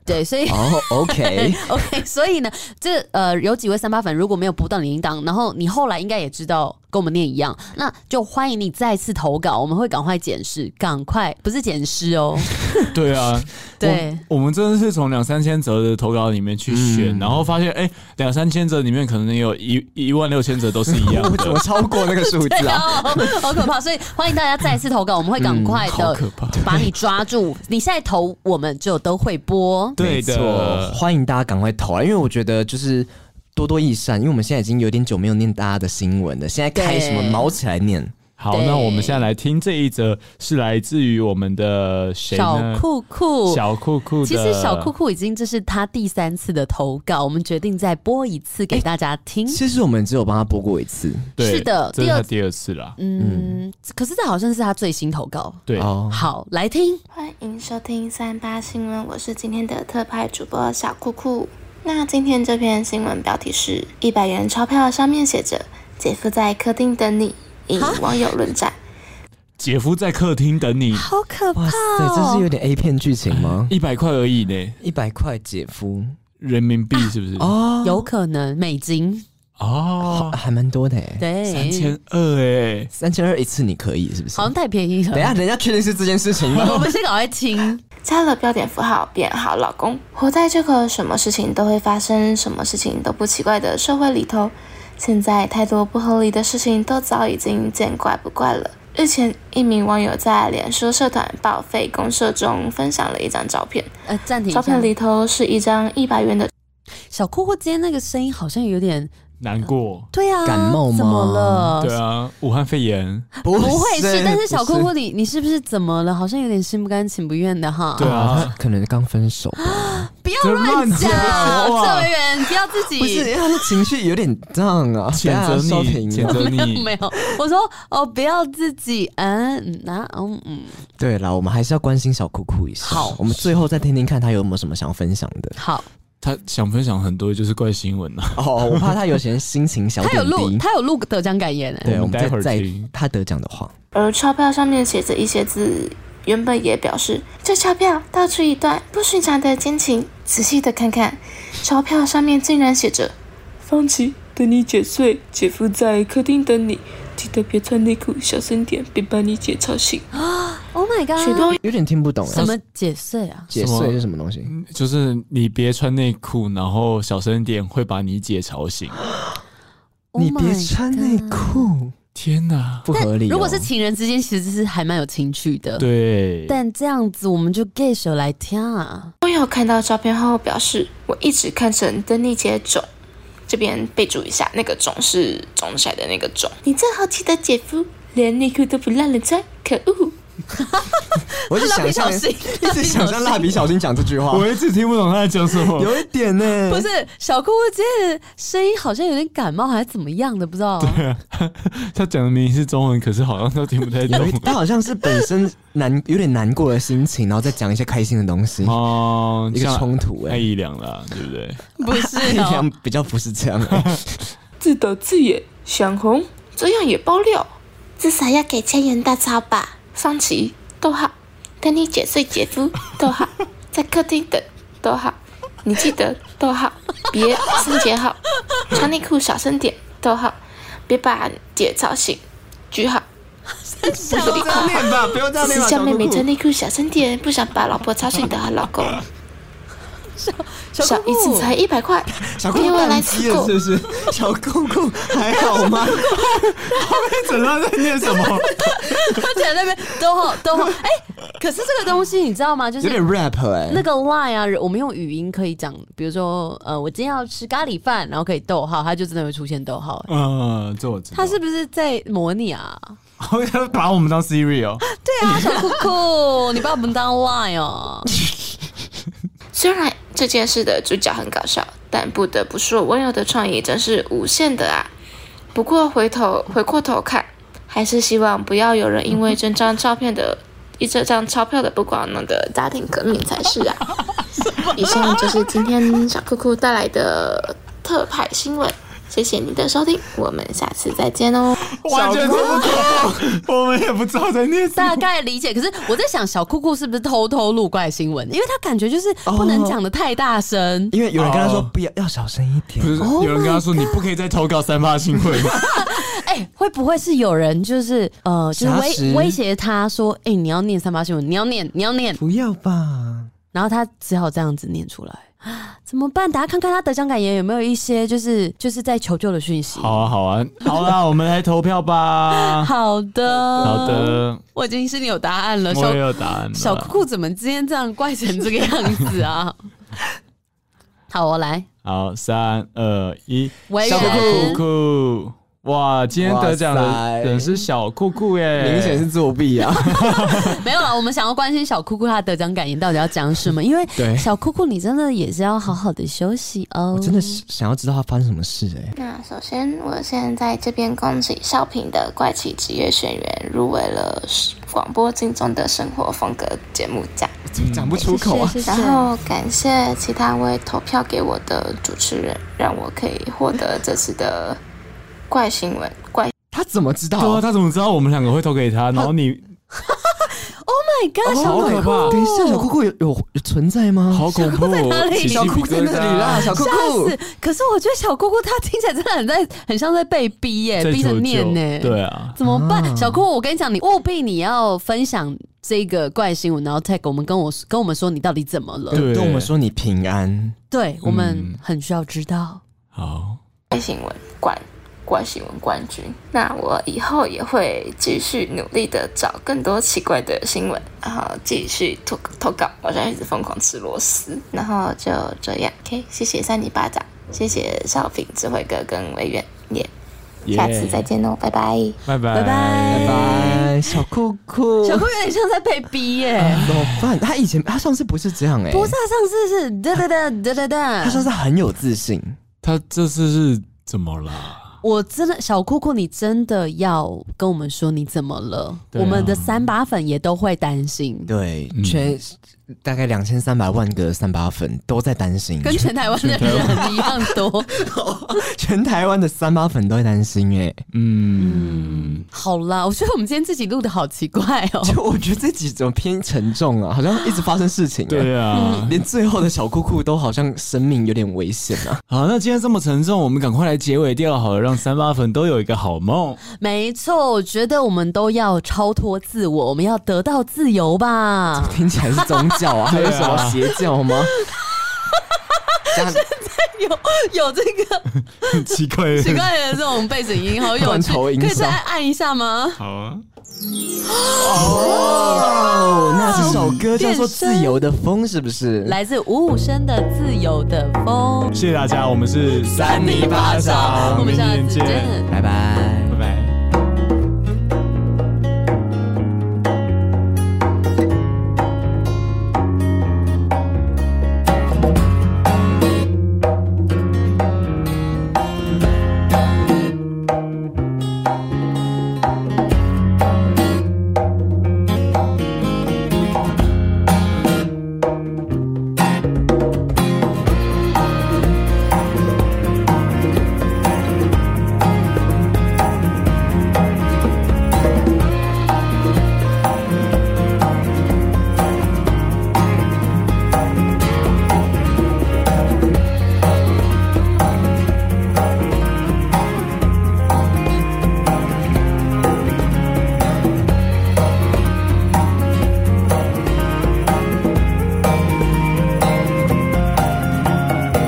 A: 对，所以。
B: 哦，OK，
A: 啊 OK，所以呢，这呃有几位三八粉如果没有补到你铃铛，然后你后来应该也知道跟我们念一样，那就欢迎你再次投稿，我们会赶快检视，赶快不是检视哦，
C: 对啊，
A: 对嗯
C: 我，我们真的是从两三千则的投稿里面去选，然后发现，哎、两三千则里面可能有一一万六千则都是一样
B: 我怎
C: 的。
B: 么超过那个数字啊？
A: 哦，好可怕！所以欢迎大家再次投稿，我们会赶快
C: 嗯好
A: 的
C: 可怕
A: 把你抓住。你现在投，我们就都会播。
C: 对
B: 没错，
C: 的，
B: 欢迎大家赶快投啊！因为我觉得就是多多益善，因为我们现在已经有点久没有念大家的新闻了，现在开什么
A: 对
B: 毛起来念，
C: 好，
A: 对
C: 那我们现在来听这一则，是来自于我们的谁呢？
A: 小酷酷，
C: 小酷酷的。
A: 其实小酷酷已经这是他第三次的投稿，我们决定再播一次给大家听。
B: 其实我们只有帮他播过一次
C: 对
A: 是的
C: 这是
A: 第二
C: 他第二次啦。
A: 嗯，可是这好像是他最新投稿。
C: 对，
B: 哦。
A: 好，来听。
E: 欢迎收听三八新闻，我是今天的特派主播小酷酷。那今天这篇新闻标题是：一百元钞票上面写着“姐夫在客厅等你”，引网友论战。
C: 姐夫在客厅等你，
A: 好可怕哦
B: 哇塞，这是有点 A 片剧情吗？
C: 一百块而已呢，
B: 一百块姐夫
C: 人民
A: 啊
C: 币是不是？哦
B: 哦，
A: 有可能美金
C: 哦，
B: 还蛮多的哎，
A: 对
C: 三千二哎，
B: 三千二一次你可以是不是
A: 好？像太便宜
B: 等一
A: 了。
B: 下，人家确定是这件事情吗？
A: 我们先赶快听，
E: 加了标点符号变好老公。活在这个什么事情都会发生、什么事情都不奇怪的社会里头，现在太多不合理的事情都早已经见怪不怪了。日前，一名网友在脸书社团报废公社中分享了一张照片，
A: 呃，暂停一
E: 照
A: 下
E: 片。里头是一张一百元的
A: 小酷酷今天那个声音好像有点，
C: 难过。
A: 对啊，
B: 感冒吗
A: 怎么了？
C: 对啊，武汉肺炎。
B: 不
A: 不会是，但是小酷酷
B: 不是
A: 你你是不是怎么了？好像有点心不甘情不愿的哈。
C: 对啊
B: 他可能刚分手吧，
A: 不要乱
C: 这
A: 讲，
C: 乱讲哇
A: 郑维远，不要自己
B: 不是他的情绪有点荡啊，
C: 谴责你
B: 等一下稍停
C: 谴责
A: 没有
C: 你
A: 没有，我说哦，不要自己，嗯嗯啊嗯嗯，
B: 对啦，我们还是要关心小酷酷一下。
A: 好
B: 我们最后再听听看他有没有什么想分享的。
A: 好，
C: 他想分享很多就是怪新闻啊，
B: 哦，我怕他有些心情小
A: 他有
B: 点
A: 录，
B: 低。
A: 他有录得奖感言哎，
B: 对，我
C: 我
B: 们
C: 们待会
B: 再
C: 儿
B: 再
C: 听
B: 他得奖的话，
E: 而钞票上面写着一些字，原本也表示这钞票道出一段不寻常的奸情。仔细的看看，钞票上面竟然写着
F: 方琦等你解睡，姐夫在客厅等你，记得别穿内裤，小声点，别把你姐吵醒。
A: ，Oh my
E: 许
A: god，
E: 多
B: 有点听不懂。啊
A: 什么解释啊？
B: 解
C: 什么
B: 碎是什么东西？
C: 嗯就是你别穿内裤，然后小声点，会把你姐吵 醒。
B: 你
A: Oh my
B: 别穿内
A: god。
B: 裤，
C: 天哪，
B: 不合理哦。
A: 如果是情人之间，其实是还蛮有情趣的。，
C: 对，
A: 但这样子我们就 gay 手来听啊。
E: 网友看到照片后表示：“我一直看成灯丽姐肿。”这边备注一下，那个肿是肿起来的那个肿。你这好奇的姐夫，连内裤都不让人穿，可恶！
B: 我就想
A: 蜡
B: 象，
A: 笔小新
B: 一直想象蜡笔小新讲这句话，
C: 我一直听不懂他在讲什么。
B: 有一点呢。
A: 不是小姑姑今天的声音好像有点感冒还是怎么样的，不知道。
C: 他讲的明明是中文，可是好像都听不太
B: 有一，
C: 懂。
B: 他好像是本身难有点难过的心情，然后再讲一些开心的东西，
C: 哦，
B: 一个
C: 像
B: 冲突
C: 爱
B: 哎、
C: 姨良啦，对不对？
A: 不是
B: 欸，
A: 哦
B: 样比较不是这样、欸，
F: 自导自演，想红
E: 这样也爆料，至少要给千元大钞吧。方琦，逗号，等你姐睡姐 夫，逗号，在客厅等，逗号，你记得，逗号，别三节号，穿内裤小声点，逗号，别把姐吵醒，句号。
B: 不要念吧，不要这样
E: 只
B: 念吧，
E: 是叫
B: 小
E: 妹妹
B: 姑
E: 穿
B: 姑。
E: 内裤小声点，不想把老婆吵醒的好老公。
A: 小
E: 少
A: 姑
E: 一次
A: 姑
E: 才一百块，
B: 小姑
E: 给
B: 姑
E: 我来
B: 宕机
E: 吃
B: 了
E: 狗
B: 是。不是？小姑姑还好吗？
C: 整他在念什么？
A: 而且那边逗号逗号，哎、可是这个东西你知道吗？就
B: 有点
A: 是
B: rap 哎、
A: 那个 line 啊，我们用语音可以讲，比如说，呃，我今天要吃咖喱饭，然后可以逗号，它就真的会出现逗号、
C: 嗯，这我知道。
A: 他是不是在模拟啊？
C: 好像把 我们当 Siri 哦。
A: 对啊，小酷酷， 你把我们当 line 哦。
E: 虽然这件事的主角很搞笑，但不得不说，网友的创意真是无限的啊。不过回头回过头看，还是希望不要有人因为这张照片的一这张钞票的不光弄得家庭革命才是啊。以上就是今天小酷酷带来的特派新闻，谢谢您的收听，我们下次再见哦。
C: 完全听不 懂，我们也不知道在念什
A: 大
C: 么。
A: 概理解，可是我在想，小酷酷是不是偷偷录怪新闻？因为他感觉就是不能讲的太大声。
B: 因为有人跟他说
C: 哦
B: 不要，要小声一点
C: 不。是
A: Oh
C: 有人跟他说你不可以再投稿三八新闻，
A: 哎、会不会是有人就是呃，就是
B: 挟持
A: 威威胁他说，哎、你要念三八新闻，你要念，你要念，
B: 不要吧，
A: 然后他只好这样子念出来， 怎么办？大家看看他得奖感言有没有一些就是就是在求救的讯息。
C: 好啊，好啊，好啦，我们来投票吧。
A: 好的，
C: 好，的，
A: 我已经心里有答案了。呃
C: 我
A: 小
C: 也有答案了。
A: 小酷酷怎么今天这样怪成这个样子啊？ 好，我来，
C: 好，三二一，
A: 维
C: 小
A: 园
C: 酷酷，哇，今天得奖
B: 哇
C: 的
B: 塞
C: 人是小酷酷耶，
B: 明显是作弊啊！
A: 没有啦，我们想要关心小酷酷他的得奖感言到底要讲什么，因为
B: 对
A: 小酷酷你真的也是要好好的休息哦
B: 我。真的是想要知道他发生什么事哎、
E: 那首先，我先在这边恭喜少平的怪奇职业学员入围了广播金钟的生活风格节目奖。
B: 怎么讲不出口啊？
A: 谢谢
E: 然后感谢其他位投票给我的主持人，让我可以获得这次的怪新闻。怪
B: 他怎么知道？
C: 对啊，他怎么知道我们两个会投给他？然后你
A: ，My God，小
C: 哦好
A: 酷酷
C: 可怕，
B: 等一下，小酷酷有有有存在吗？
C: 好恐怖
A: 哪
C: 哦，
A: 里
C: 起鸡
A: 小
C: 皮
A: 酷
C: 疙瘩
B: 小酷
A: 吓死！可是我觉得小酷酷他听起来真的很在，很像在被逼耶、
C: 在
A: 逼着
C: 求
A: 念
C: 救
A: 呢、
C: 对啊，
A: 怎么办？小酷，我跟你讲，你务必你要分享这个怪新闻，然后 tag 我们，跟我跟我们说你到底怎么了。
C: 对
B: 呃跟我们说你平安，
A: 对我们很需要知道。
C: 嗯好，
E: 怪新闻冠怪新闻冠军。那我以后也会继续努力的找更多奇怪的新闻，然后继续投投稿。我现在一直疯狂吃螺丝，然后就这样。OK，谢谢三里巴掌，谢谢少平、智慧哥跟维远，耶、
C: 耶
E: 下次再，见哦，拜拜。
C: 拜拜
A: 拜拜
B: 拜拜，小酷酷，
A: 小酷有点像在被逼耶、
C: 哎
B: 怎么办？哦他以前他上次不是这样哎、
A: 不是、啊，上次是哒哒哒哒哒
B: 他上
A: 哒。
B: 次很有自信，
C: 他这次是怎么啦？
A: 我真的小酷酷，你真的要跟我们说你怎么了？
C: 对啊
A: 我们的三八粉也都会担心，
B: 对，全大概两千三百万个三八粉都在担心，
A: 跟全台湾的人一样多。
B: 全台湾的三八粉都在担心哎、
C: 嗯，
A: 好啦，我觉得我们今天自己录的好奇怪哦。
B: 就我觉得这集怎么偏沉重啊？好像一直发生事情、欸，
C: 对
A: 嗯
C: 啊，
B: 连最后的小酷酷都好像生命有点危险啊！
C: 好，那今天这么沉重，我们赶快来结尾掉好了，让三八粉都有一个 好梦。
A: 没错，我觉得我们都要超脱自我，我们要得到自由吧。
B: 听起来是宗教 啊，还
C: 对啊
B: 有什么邪教 吗？加
A: 有有这个
C: 很奇怪，
A: 奇怪的这种背景音，好有
B: 罐
A: 趣，
B: 头音
A: 可以再
B: 效
A: 按一下吗？
C: 好啊，
B: 哦，那这首歌叫做《自由的风》，是不是？
A: 来自五五声的《自由的风》，
C: 谢谢大家，我们是三
B: 泥巴掌
A: 我们
C: 明
A: 下
C: 天
A: 次
C: 见，
A: 见。
B: 拜拜。
C: 拜拜。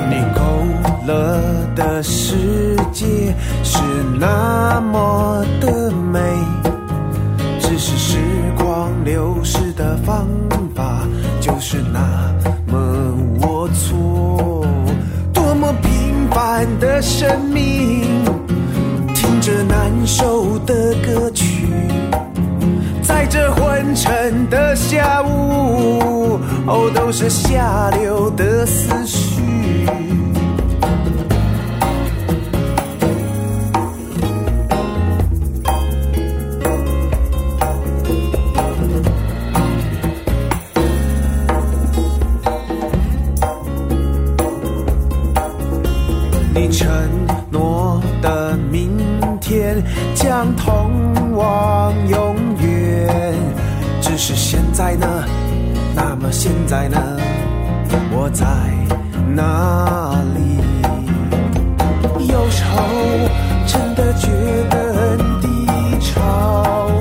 G: 你勾勒的世界是那么的美，只是时光流逝的方法就是那么龌龊。多么平凡的生命，听着难受的歌曲。在这昏沉的下午，哦，都是下流的思绪。你承诺的明天将通往永远，只是现在呢？那么现在呢？我在哪里？有时候真的觉得很低潮，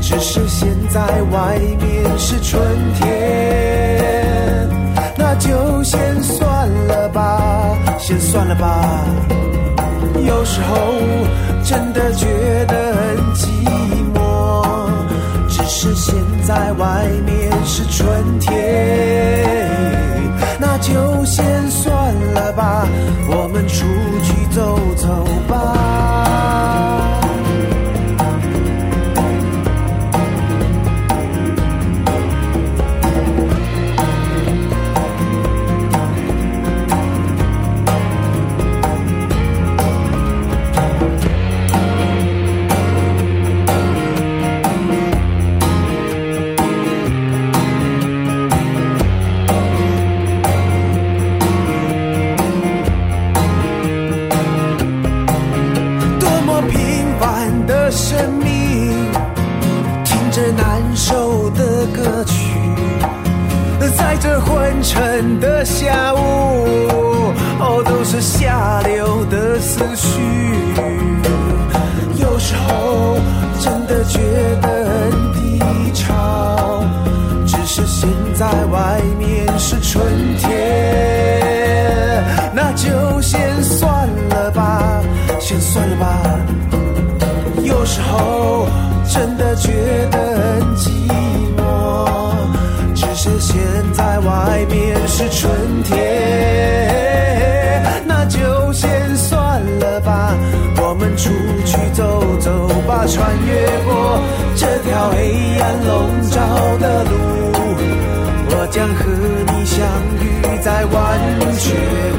G: 只是现在外面是春天，那就先算了吧，先算了吧。有时候真的觉得很寂寞，只是现在外面是春天，那就先算了吧，我们出去走走吧。这昏沉的下午，哦，都是下流的思绪。有时候真的觉得很低潮，只是现在外面是春天，那就先算了吧，先算了吧。有时候真的觉得很寂寞，只是现在外面是春天，那就先算了吧。我们出去走走吧，穿越过这条黑暗笼罩的路，我将和你相遇在湾区。